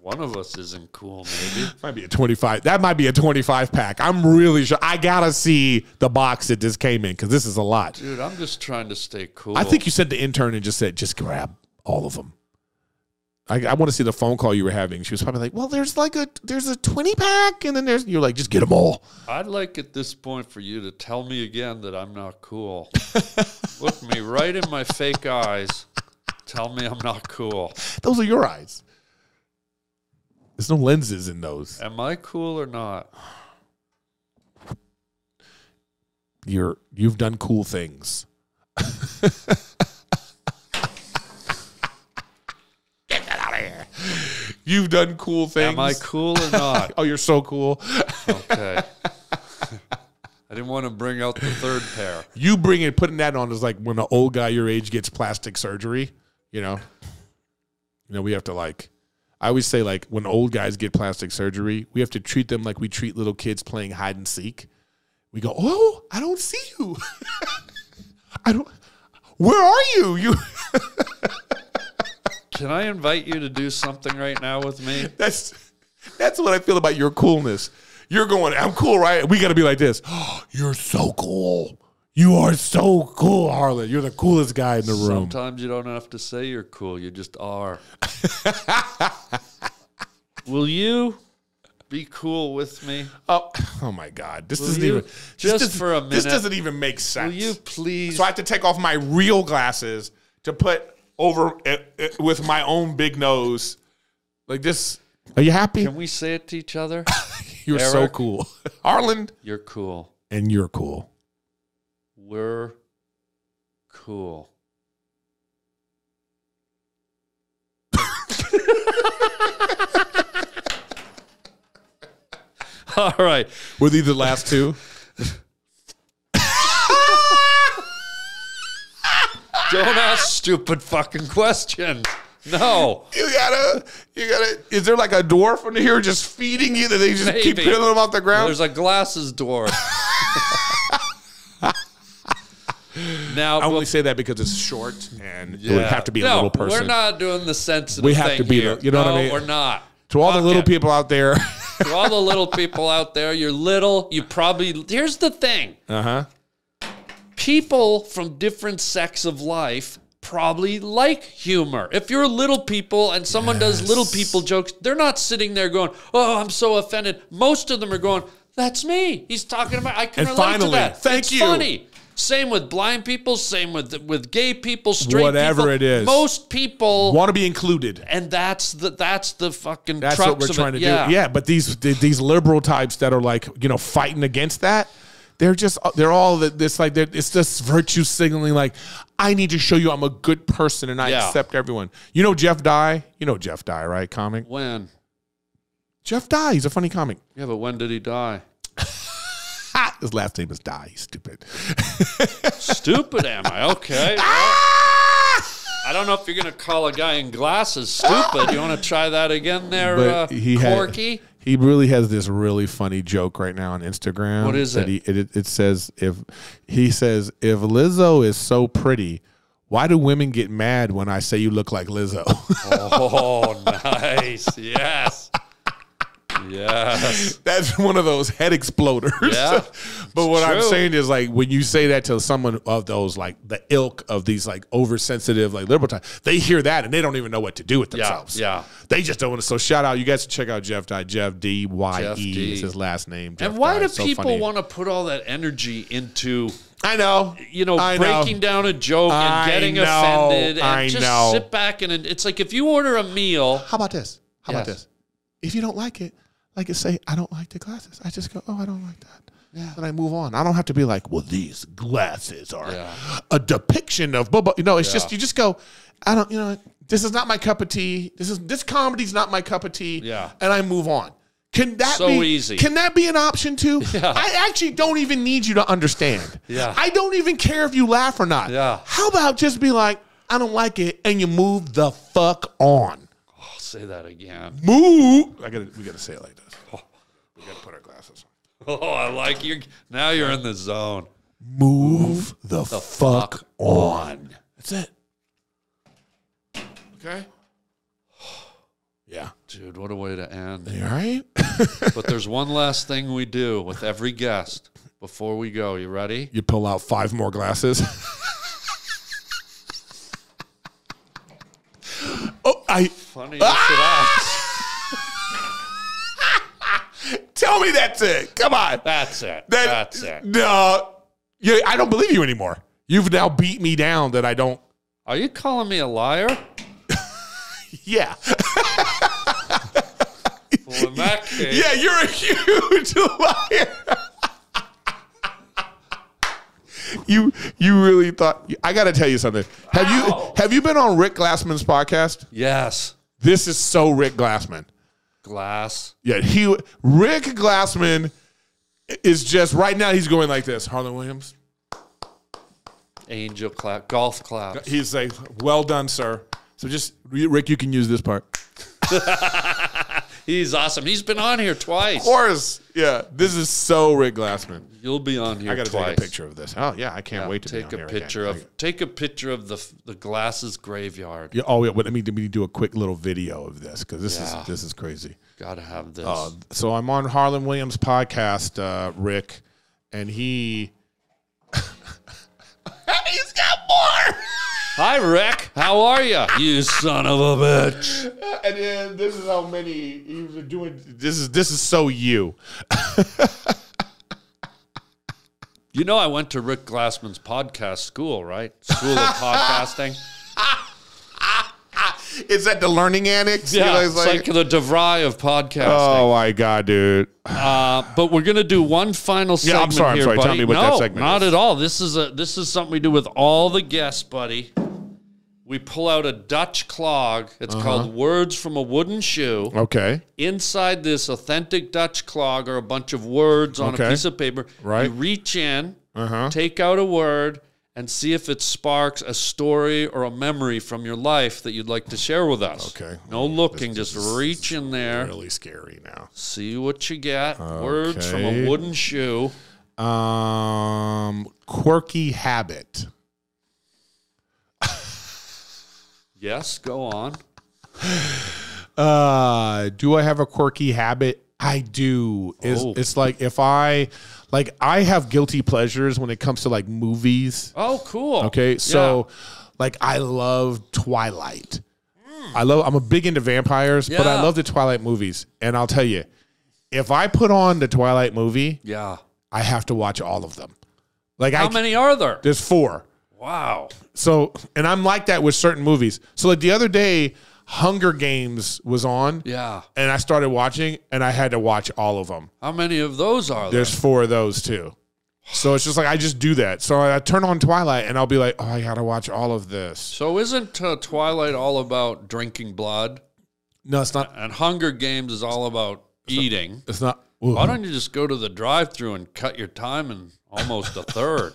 [SPEAKER 1] One of us isn't cool, maybe.
[SPEAKER 2] might be a twenty-five. That might be a twenty-five pack. I'm really sure. I gotta see the box that this came in because this is a lot.
[SPEAKER 1] Dude, I'm just trying to stay cool.
[SPEAKER 2] I think you said the intern and just said, just grab all of them. I, I want to see the phone call you were having. She was probably like, well, there's like a there's a twenty pack, and then there's you're like, just get them all.
[SPEAKER 1] I'd like at this point for you to tell me again that I'm not
[SPEAKER 2] (laughs)
[SPEAKER 1] cool. Look me right in my fake eyes. Tell me I'm not cool.
[SPEAKER 2] Those are your eyes. There's no lenses in those.
[SPEAKER 1] Am I cool or not?
[SPEAKER 2] You're you've done cool things. (laughs) Get that out of here. You've done cool things.
[SPEAKER 1] Am I cool or not?
[SPEAKER 2] oh, you're so cool.
[SPEAKER 1] Okay. (laughs) I didn't want to bring out the third pair.
[SPEAKER 2] You bring it putting that on is like when an old guy your age gets plastic surgery. You know, you know we have to like. I always say like when old guys get plastic surgery, we have to treat them like we treat little kids playing hide and seek. We go, oh, I don't see you. (laughs) I don't. Where are you? (laughs) You.
[SPEAKER 1] Can I invite you to do something right now with me?
[SPEAKER 2] That's that's what I feel about your coolness. You're going, I'm cool, right? We got to be like this. (gasps) you're so cool. You are so cool, Harlan. You're the coolest guy in the room.
[SPEAKER 1] Sometimes you don't have to say you're cool, you just
[SPEAKER 2] (laughs)
[SPEAKER 1] are. Will you be cool with me?
[SPEAKER 2] Oh, (coughs) oh my God! This doesn't
[SPEAKER 1] you-
[SPEAKER 2] even
[SPEAKER 1] just
[SPEAKER 2] this doesn't-
[SPEAKER 1] for a
[SPEAKER 2] This
[SPEAKER 1] minute,
[SPEAKER 2] doesn't even make
[SPEAKER 1] Will
[SPEAKER 2] sense.
[SPEAKER 1] you please?
[SPEAKER 2] so I have to take off my real glasses to put over it, it with my own big nose, like this. Are you happy?
[SPEAKER 1] Can we say it to each other?
[SPEAKER 2] You're so
[SPEAKER 1] Eric?
[SPEAKER 2] (laughs) cool, Arlen,
[SPEAKER 1] You're cool.
[SPEAKER 2] and you're cool.
[SPEAKER 1] We're cool. (laughs) All right.
[SPEAKER 2] Were these the
[SPEAKER 1] (laughs)
[SPEAKER 2] last two?
[SPEAKER 1] Don't ask stupid fucking questions. No.
[SPEAKER 2] you gotta, you gotta. Is there like a dwarf under here just feeding you that they just keep
[SPEAKER 1] Maybe.
[SPEAKER 2] peeling them off the ground?
[SPEAKER 1] There's a glasses
[SPEAKER 2] (laughs)
[SPEAKER 1] door. now,
[SPEAKER 2] I only say that because it's short and it would
[SPEAKER 1] Yeah.
[SPEAKER 2] have to be a
[SPEAKER 1] No,
[SPEAKER 2] little person.
[SPEAKER 1] We're not doing the sensitive.
[SPEAKER 2] We have to
[SPEAKER 1] thing
[SPEAKER 2] be
[SPEAKER 1] here.
[SPEAKER 2] the- you know what
[SPEAKER 1] no,
[SPEAKER 2] I mean?
[SPEAKER 1] We're not.
[SPEAKER 2] to all the
[SPEAKER 1] Fuck
[SPEAKER 2] little
[SPEAKER 1] it.
[SPEAKER 2] people
[SPEAKER 1] (laughs)
[SPEAKER 2] out there.
[SPEAKER 1] To all the little people out there, you're little. You probably here's the thing:
[SPEAKER 2] uh huh.
[SPEAKER 1] people from different sects of life probably like humor. If you're little people and someone does little people jokes, they're not sitting there going, "Oh, I'm so offended." Most of them are going, "That's me. He's talking about. I can
[SPEAKER 2] And
[SPEAKER 1] relate
[SPEAKER 2] finally,
[SPEAKER 1] to that.
[SPEAKER 2] thank
[SPEAKER 1] it's
[SPEAKER 2] you.
[SPEAKER 1] Funny." Same with blind people. Same with with gay people, straight
[SPEAKER 2] Whatever
[SPEAKER 1] people.
[SPEAKER 2] it is.
[SPEAKER 1] Most people
[SPEAKER 2] Want to be included.
[SPEAKER 1] and that's the that's the fucking
[SPEAKER 2] That's
[SPEAKER 1] crux
[SPEAKER 2] what we're
[SPEAKER 1] of
[SPEAKER 2] trying
[SPEAKER 1] it.
[SPEAKER 2] to do. Yeah, but these th- these liberal types that are like you know fighting against that, they're just they're all th- this like they're, it's just virtue signaling. Like I need to show you I'm a good person and I
[SPEAKER 1] Yeah.
[SPEAKER 2] accept everyone. You know Jeff Dye. You know Jeff Dye, right? Comic.
[SPEAKER 1] When?
[SPEAKER 2] Jeff Dye. He's a funny comic.
[SPEAKER 1] Yeah, but when did he die?
[SPEAKER 2] Ha! His last name is Dye. He's stupid. (laughs)
[SPEAKER 1] Stupid am I? Okay. well, I don't know if you're gonna call a guy in glasses stupid. You want to try that again, there, uh,
[SPEAKER 2] But he had-
[SPEAKER 1] Corky?
[SPEAKER 2] He really has this really funny joke right now on Instagram.
[SPEAKER 1] What is
[SPEAKER 2] that
[SPEAKER 1] it?
[SPEAKER 2] He, it? It says if he says if Lizzo is so pretty, why do women get mad when I say you look like Lizzo? (laughs)
[SPEAKER 1] Oh, (laughs) nice. Yes. Yes.
[SPEAKER 2] That's (laughs) one of those head exploders. (laughs)
[SPEAKER 1] Yeah.
[SPEAKER 2] but what I'm
[SPEAKER 1] True.
[SPEAKER 2] saying is like when you say that to someone of those like the ilk of these like oversensitive like liberal type, they hear that and they don't even know what to do with themselves.
[SPEAKER 1] yeah.
[SPEAKER 2] They just don't want to. So shout out, you guys should check out Jeff Dye. Jeff D Y
[SPEAKER 1] Jeff
[SPEAKER 2] E
[SPEAKER 1] D.
[SPEAKER 2] is his last name. Jeff
[SPEAKER 1] And why
[SPEAKER 2] Dye.
[SPEAKER 1] do
[SPEAKER 2] It's so
[SPEAKER 1] people
[SPEAKER 2] funny.
[SPEAKER 1] want to put all that energy into
[SPEAKER 2] I know.
[SPEAKER 1] you know,
[SPEAKER 2] I
[SPEAKER 1] breaking down a joke
[SPEAKER 2] I
[SPEAKER 1] and getting
[SPEAKER 2] know,
[SPEAKER 1] offended and
[SPEAKER 2] I
[SPEAKER 1] just
[SPEAKER 2] know.
[SPEAKER 1] sit back and it's like if you order a meal,
[SPEAKER 2] How about this? How about
[SPEAKER 1] Yes.
[SPEAKER 2] this? If you don't like it, like it say, I don't like the glasses. I just go, oh, I don't like that. Yeah. And I move on. I don't have to be like, well, these glasses are a depiction of blah blah. You know, it's just you just go, I don't. You know, This is not my cup of tea. This is this comedy's not my cup of tea.
[SPEAKER 1] Yeah.
[SPEAKER 2] and I move on. Can that
[SPEAKER 1] So
[SPEAKER 2] be
[SPEAKER 1] easy.
[SPEAKER 2] Can that be an
[SPEAKER 1] (laughs)
[SPEAKER 2] option too? I actually don't even need you to understand.
[SPEAKER 1] Yeah.
[SPEAKER 2] I don't even care if you laugh or not.
[SPEAKER 1] Yeah.
[SPEAKER 2] How about just be like, I don't like it, and you move the fuck on.
[SPEAKER 1] I'll say that again. (laughs)
[SPEAKER 2] Move. I gotta. We gotta say it like this. We gotta put our glasses. on.
[SPEAKER 1] Oh, I like you. Now you're in the zone.
[SPEAKER 2] Move the, fuck, on. That's it. Okay. Yeah.
[SPEAKER 1] Dude, what a way to end.
[SPEAKER 2] You all right?
[SPEAKER 1] But there's one last thing we do with every guest before we go. You ready?
[SPEAKER 2] you pull out five more glasses. (laughs) oh, I
[SPEAKER 1] Funny you should ask.
[SPEAKER 2] tell me that's it. Come on.
[SPEAKER 1] (laughs) That's it.
[SPEAKER 2] That-
[SPEAKER 1] That's it.
[SPEAKER 2] No, you, I don't believe you anymore. You've now beat me down that I don't.
[SPEAKER 1] Are you calling me a liar?
[SPEAKER 2] Yeah. (laughs)
[SPEAKER 1] Well, in (laughs) that case,
[SPEAKER 2] Yeah, you're a huge liar. you you really thought I got to tell you something. Have you have you been on Rick Glassman's podcast?
[SPEAKER 1] yes,
[SPEAKER 2] This is so Rick Glassman.
[SPEAKER 1] glass.
[SPEAKER 2] Yeah, he Rick Glassman is just right now he's going like this. Harlan Williams.
[SPEAKER 1] Angel clap, golf clap.
[SPEAKER 2] He's like, "Well done, sir." So just Rick, you can use this part.
[SPEAKER 1] He's awesome. He's been on here twice.
[SPEAKER 2] Of course. Yeah, this is so Rick Glassman.
[SPEAKER 1] You'll be on here
[SPEAKER 2] I got to
[SPEAKER 1] twice.
[SPEAKER 2] take a picture of this. Oh yeah, I can't wait to
[SPEAKER 1] take
[SPEAKER 2] be on
[SPEAKER 1] a
[SPEAKER 2] here again.
[SPEAKER 1] picture of take a picture of the f- the glasses graveyard.
[SPEAKER 2] Yeah, oh yeah, but let me, let me do a quick little video of this because this is this is crazy.
[SPEAKER 1] Gotta have this.
[SPEAKER 2] Uh, so I'm on Harlan Williams' podcast, uh, Rick, and he he's got more.
[SPEAKER 1] Hi, Rick. How are you? You son of a bitch.
[SPEAKER 2] and then this is how many he was doing. This is this is so you.
[SPEAKER 1] You know, I went to Rick Glassman's podcast school, right? School
[SPEAKER 2] (laughs)
[SPEAKER 1] of podcasting.
[SPEAKER 2] Is that the learning annex? You
[SPEAKER 1] Yeah,
[SPEAKER 2] know,
[SPEAKER 1] it's like, the DeVry of podcasting.
[SPEAKER 2] oh my god, dude.
[SPEAKER 1] Uh, but we're gonna do one final segment
[SPEAKER 2] Oh. Yeah, I'm sorry, I'm
[SPEAKER 1] here,
[SPEAKER 2] sorry. Tell
[SPEAKER 1] buddy.
[SPEAKER 2] me what
[SPEAKER 1] no,
[SPEAKER 2] that segment
[SPEAKER 1] not
[SPEAKER 2] is.
[SPEAKER 1] at all. This is a this is something we do with all the guests, buddy. We pull out a Dutch clog. It's
[SPEAKER 2] Uh-huh.
[SPEAKER 1] called "Words from a Wooden Shoe."
[SPEAKER 2] Okay,
[SPEAKER 1] Inside this authentic Dutch clog are a bunch of words on
[SPEAKER 2] Okay.
[SPEAKER 1] a piece of paper.
[SPEAKER 2] Right. Uh-huh.
[SPEAKER 1] You reach in, take out a word, and see if it sparks a story or a memory from your life that you'd like to share with us.
[SPEAKER 2] Okay.
[SPEAKER 1] No looking, just reach in there.
[SPEAKER 2] really scary now.
[SPEAKER 1] See what you get. Words from
[SPEAKER 2] Okay.
[SPEAKER 1] a wooden shoe.
[SPEAKER 2] Um, quirky habit.
[SPEAKER 1] Yes, go on.
[SPEAKER 2] Uh, do I have a quirky habit? I do. It's,
[SPEAKER 1] Oh.
[SPEAKER 2] it's like if I like I have guilty pleasures when it comes to like movies.
[SPEAKER 1] Oh, cool.
[SPEAKER 2] Okay.
[SPEAKER 1] Yeah.
[SPEAKER 2] So like I love Twilight. I love I'm a big into vampires, but I
[SPEAKER 1] Hmm. Yeah.
[SPEAKER 2] love the Twilight movies. And I'll tell you, if I put on the Twilight movie,
[SPEAKER 1] yeah.
[SPEAKER 2] I have to watch all of them. Like I
[SPEAKER 1] How
[SPEAKER 2] c-
[SPEAKER 1] many are there?
[SPEAKER 2] there's four.
[SPEAKER 1] Wow.
[SPEAKER 2] So, and I'm like that with certain movies. So, like the other day, Hunger Games was on.
[SPEAKER 1] Yeah.
[SPEAKER 2] And I started watching, and I had to watch all of them.
[SPEAKER 1] How many of those are there?
[SPEAKER 2] There's four of those too. So it's just like I just do that. So I turn on Twilight, and I'll be like, oh, I gotta watch all of this.
[SPEAKER 1] So isn't uh, Twilight all about drinking blood?
[SPEAKER 2] No, it's not.
[SPEAKER 1] And Hunger Games is all about eating.
[SPEAKER 2] It's not.
[SPEAKER 1] Why don't you just go to the drive through and cut your time in almost a
[SPEAKER 2] (laughs)
[SPEAKER 1] third?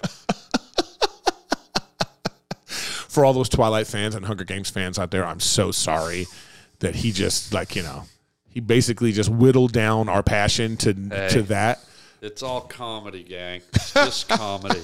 [SPEAKER 2] For all those Twilight fans and Hunger Games fans out there, I'm so sorry that he just like you know he basically just whittled down our passion to to that.
[SPEAKER 1] It's all comedy, gang. It's just comedy.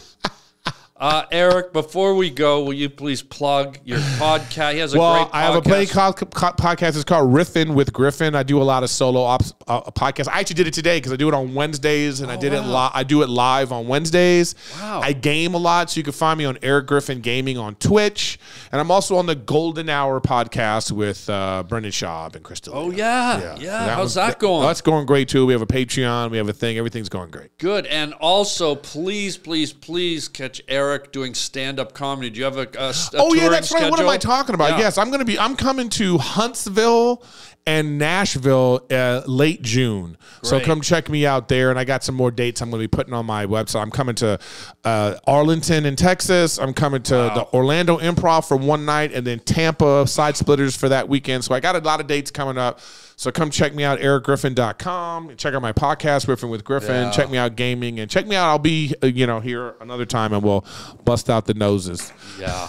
[SPEAKER 1] Uh, Eric, before we go, will you please plug your podcast? He has a
[SPEAKER 2] Well,
[SPEAKER 1] great podcast.
[SPEAKER 2] I have a play co- co- podcast. It's called Riffin with Griffin. I do a lot of solo ops uh, podcasts. I actually did it today because I do it on Wednesdays, and I did it li- I do it live on Wednesdays.
[SPEAKER 1] Oh, Wow.
[SPEAKER 2] I game a lot, so you can find me on Eric Griffin Gaming on Twitch, and I'm also on the Golden Hour podcast with uh, Brendan Schaub and Crystal.
[SPEAKER 1] Oh, yeah. Yeah. How's that going?
[SPEAKER 2] That's going great too. We have a Patreon. We have a thing. Everything's going great.
[SPEAKER 1] Good. And also, please, please, please catch Eric doing stand up comedy. Do you have a, a, a
[SPEAKER 2] Oh yeah,
[SPEAKER 1] touring
[SPEAKER 2] that's right. What am
[SPEAKER 1] schedule?
[SPEAKER 2] I talking about?
[SPEAKER 1] Yeah.
[SPEAKER 2] Yes, I'm going to be. I'm coming to Huntsville and Nashville uh, late June. So
[SPEAKER 1] Great.
[SPEAKER 2] come check me out there. And I got some more dates I'm going to be putting on my website. I'm coming to uh, Arlington in Texas. I'm coming to the Orlando Improv for one night and then Tampa Side Splitters for that weekend. So I got a lot of dates coming up. So come check me out, ericgriffin.com. Check out my podcast, Griffin with Griffin. Check me out gaming and check me out. I'll be, uh, you know, here another time and we'll bust out the noses.
[SPEAKER 1] Yeah.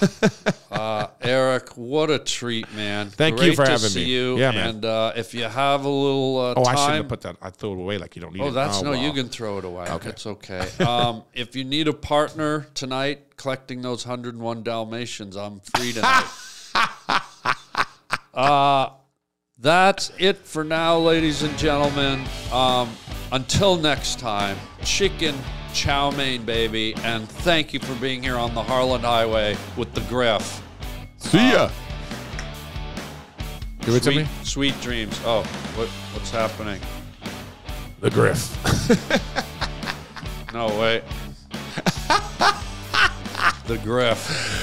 [SPEAKER 1] uh, Eric, what a treat, man.
[SPEAKER 2] Thank you
[SPEAKER 1] Great
[SPEAKER 2] for
[SPEAKER 1] to
[SPEAKER 2] having
[SPEAKER 1] see
[SPEAKER 2] me.
[SPEAKER 1] You.
[SPEAKER 2] Yeah, man.
[SPEAKER 1] And uh, if you have a little uh,
[SPEAKER 2] Oh,
[SPEAKER 1] time.
[SPEAKER 2] I shouldn't have put that. I threw it away like you don't need it.
[SPEAKER 1] Oh, that's no. You
[SPEAKER 2] wow.
[SPEAKER 1] can throw it away. It's okay. Um, (laughs) if you need a partner tonight, collecting those hundred and one Dalmatians, I'm free
[SPEAKER 2] (laughs)
[SPEAKER 1] tonight. uh, that's it for now, ladies and gentlemen. Um, until next time, chicken chow mein, baby, and thank you for being here on the Harlan Highway with the Griff.
[SPEAKER 2] See ya. Give it to
[SPEAKER 1] sweet,
[SPEAKER 2] me.
[SPEAKER 1] sweet dreams. Oh, what what's happening?
[SPEAKER 2] The Griff. (laughs)
[SPEAKER 1] No wait. the Griff.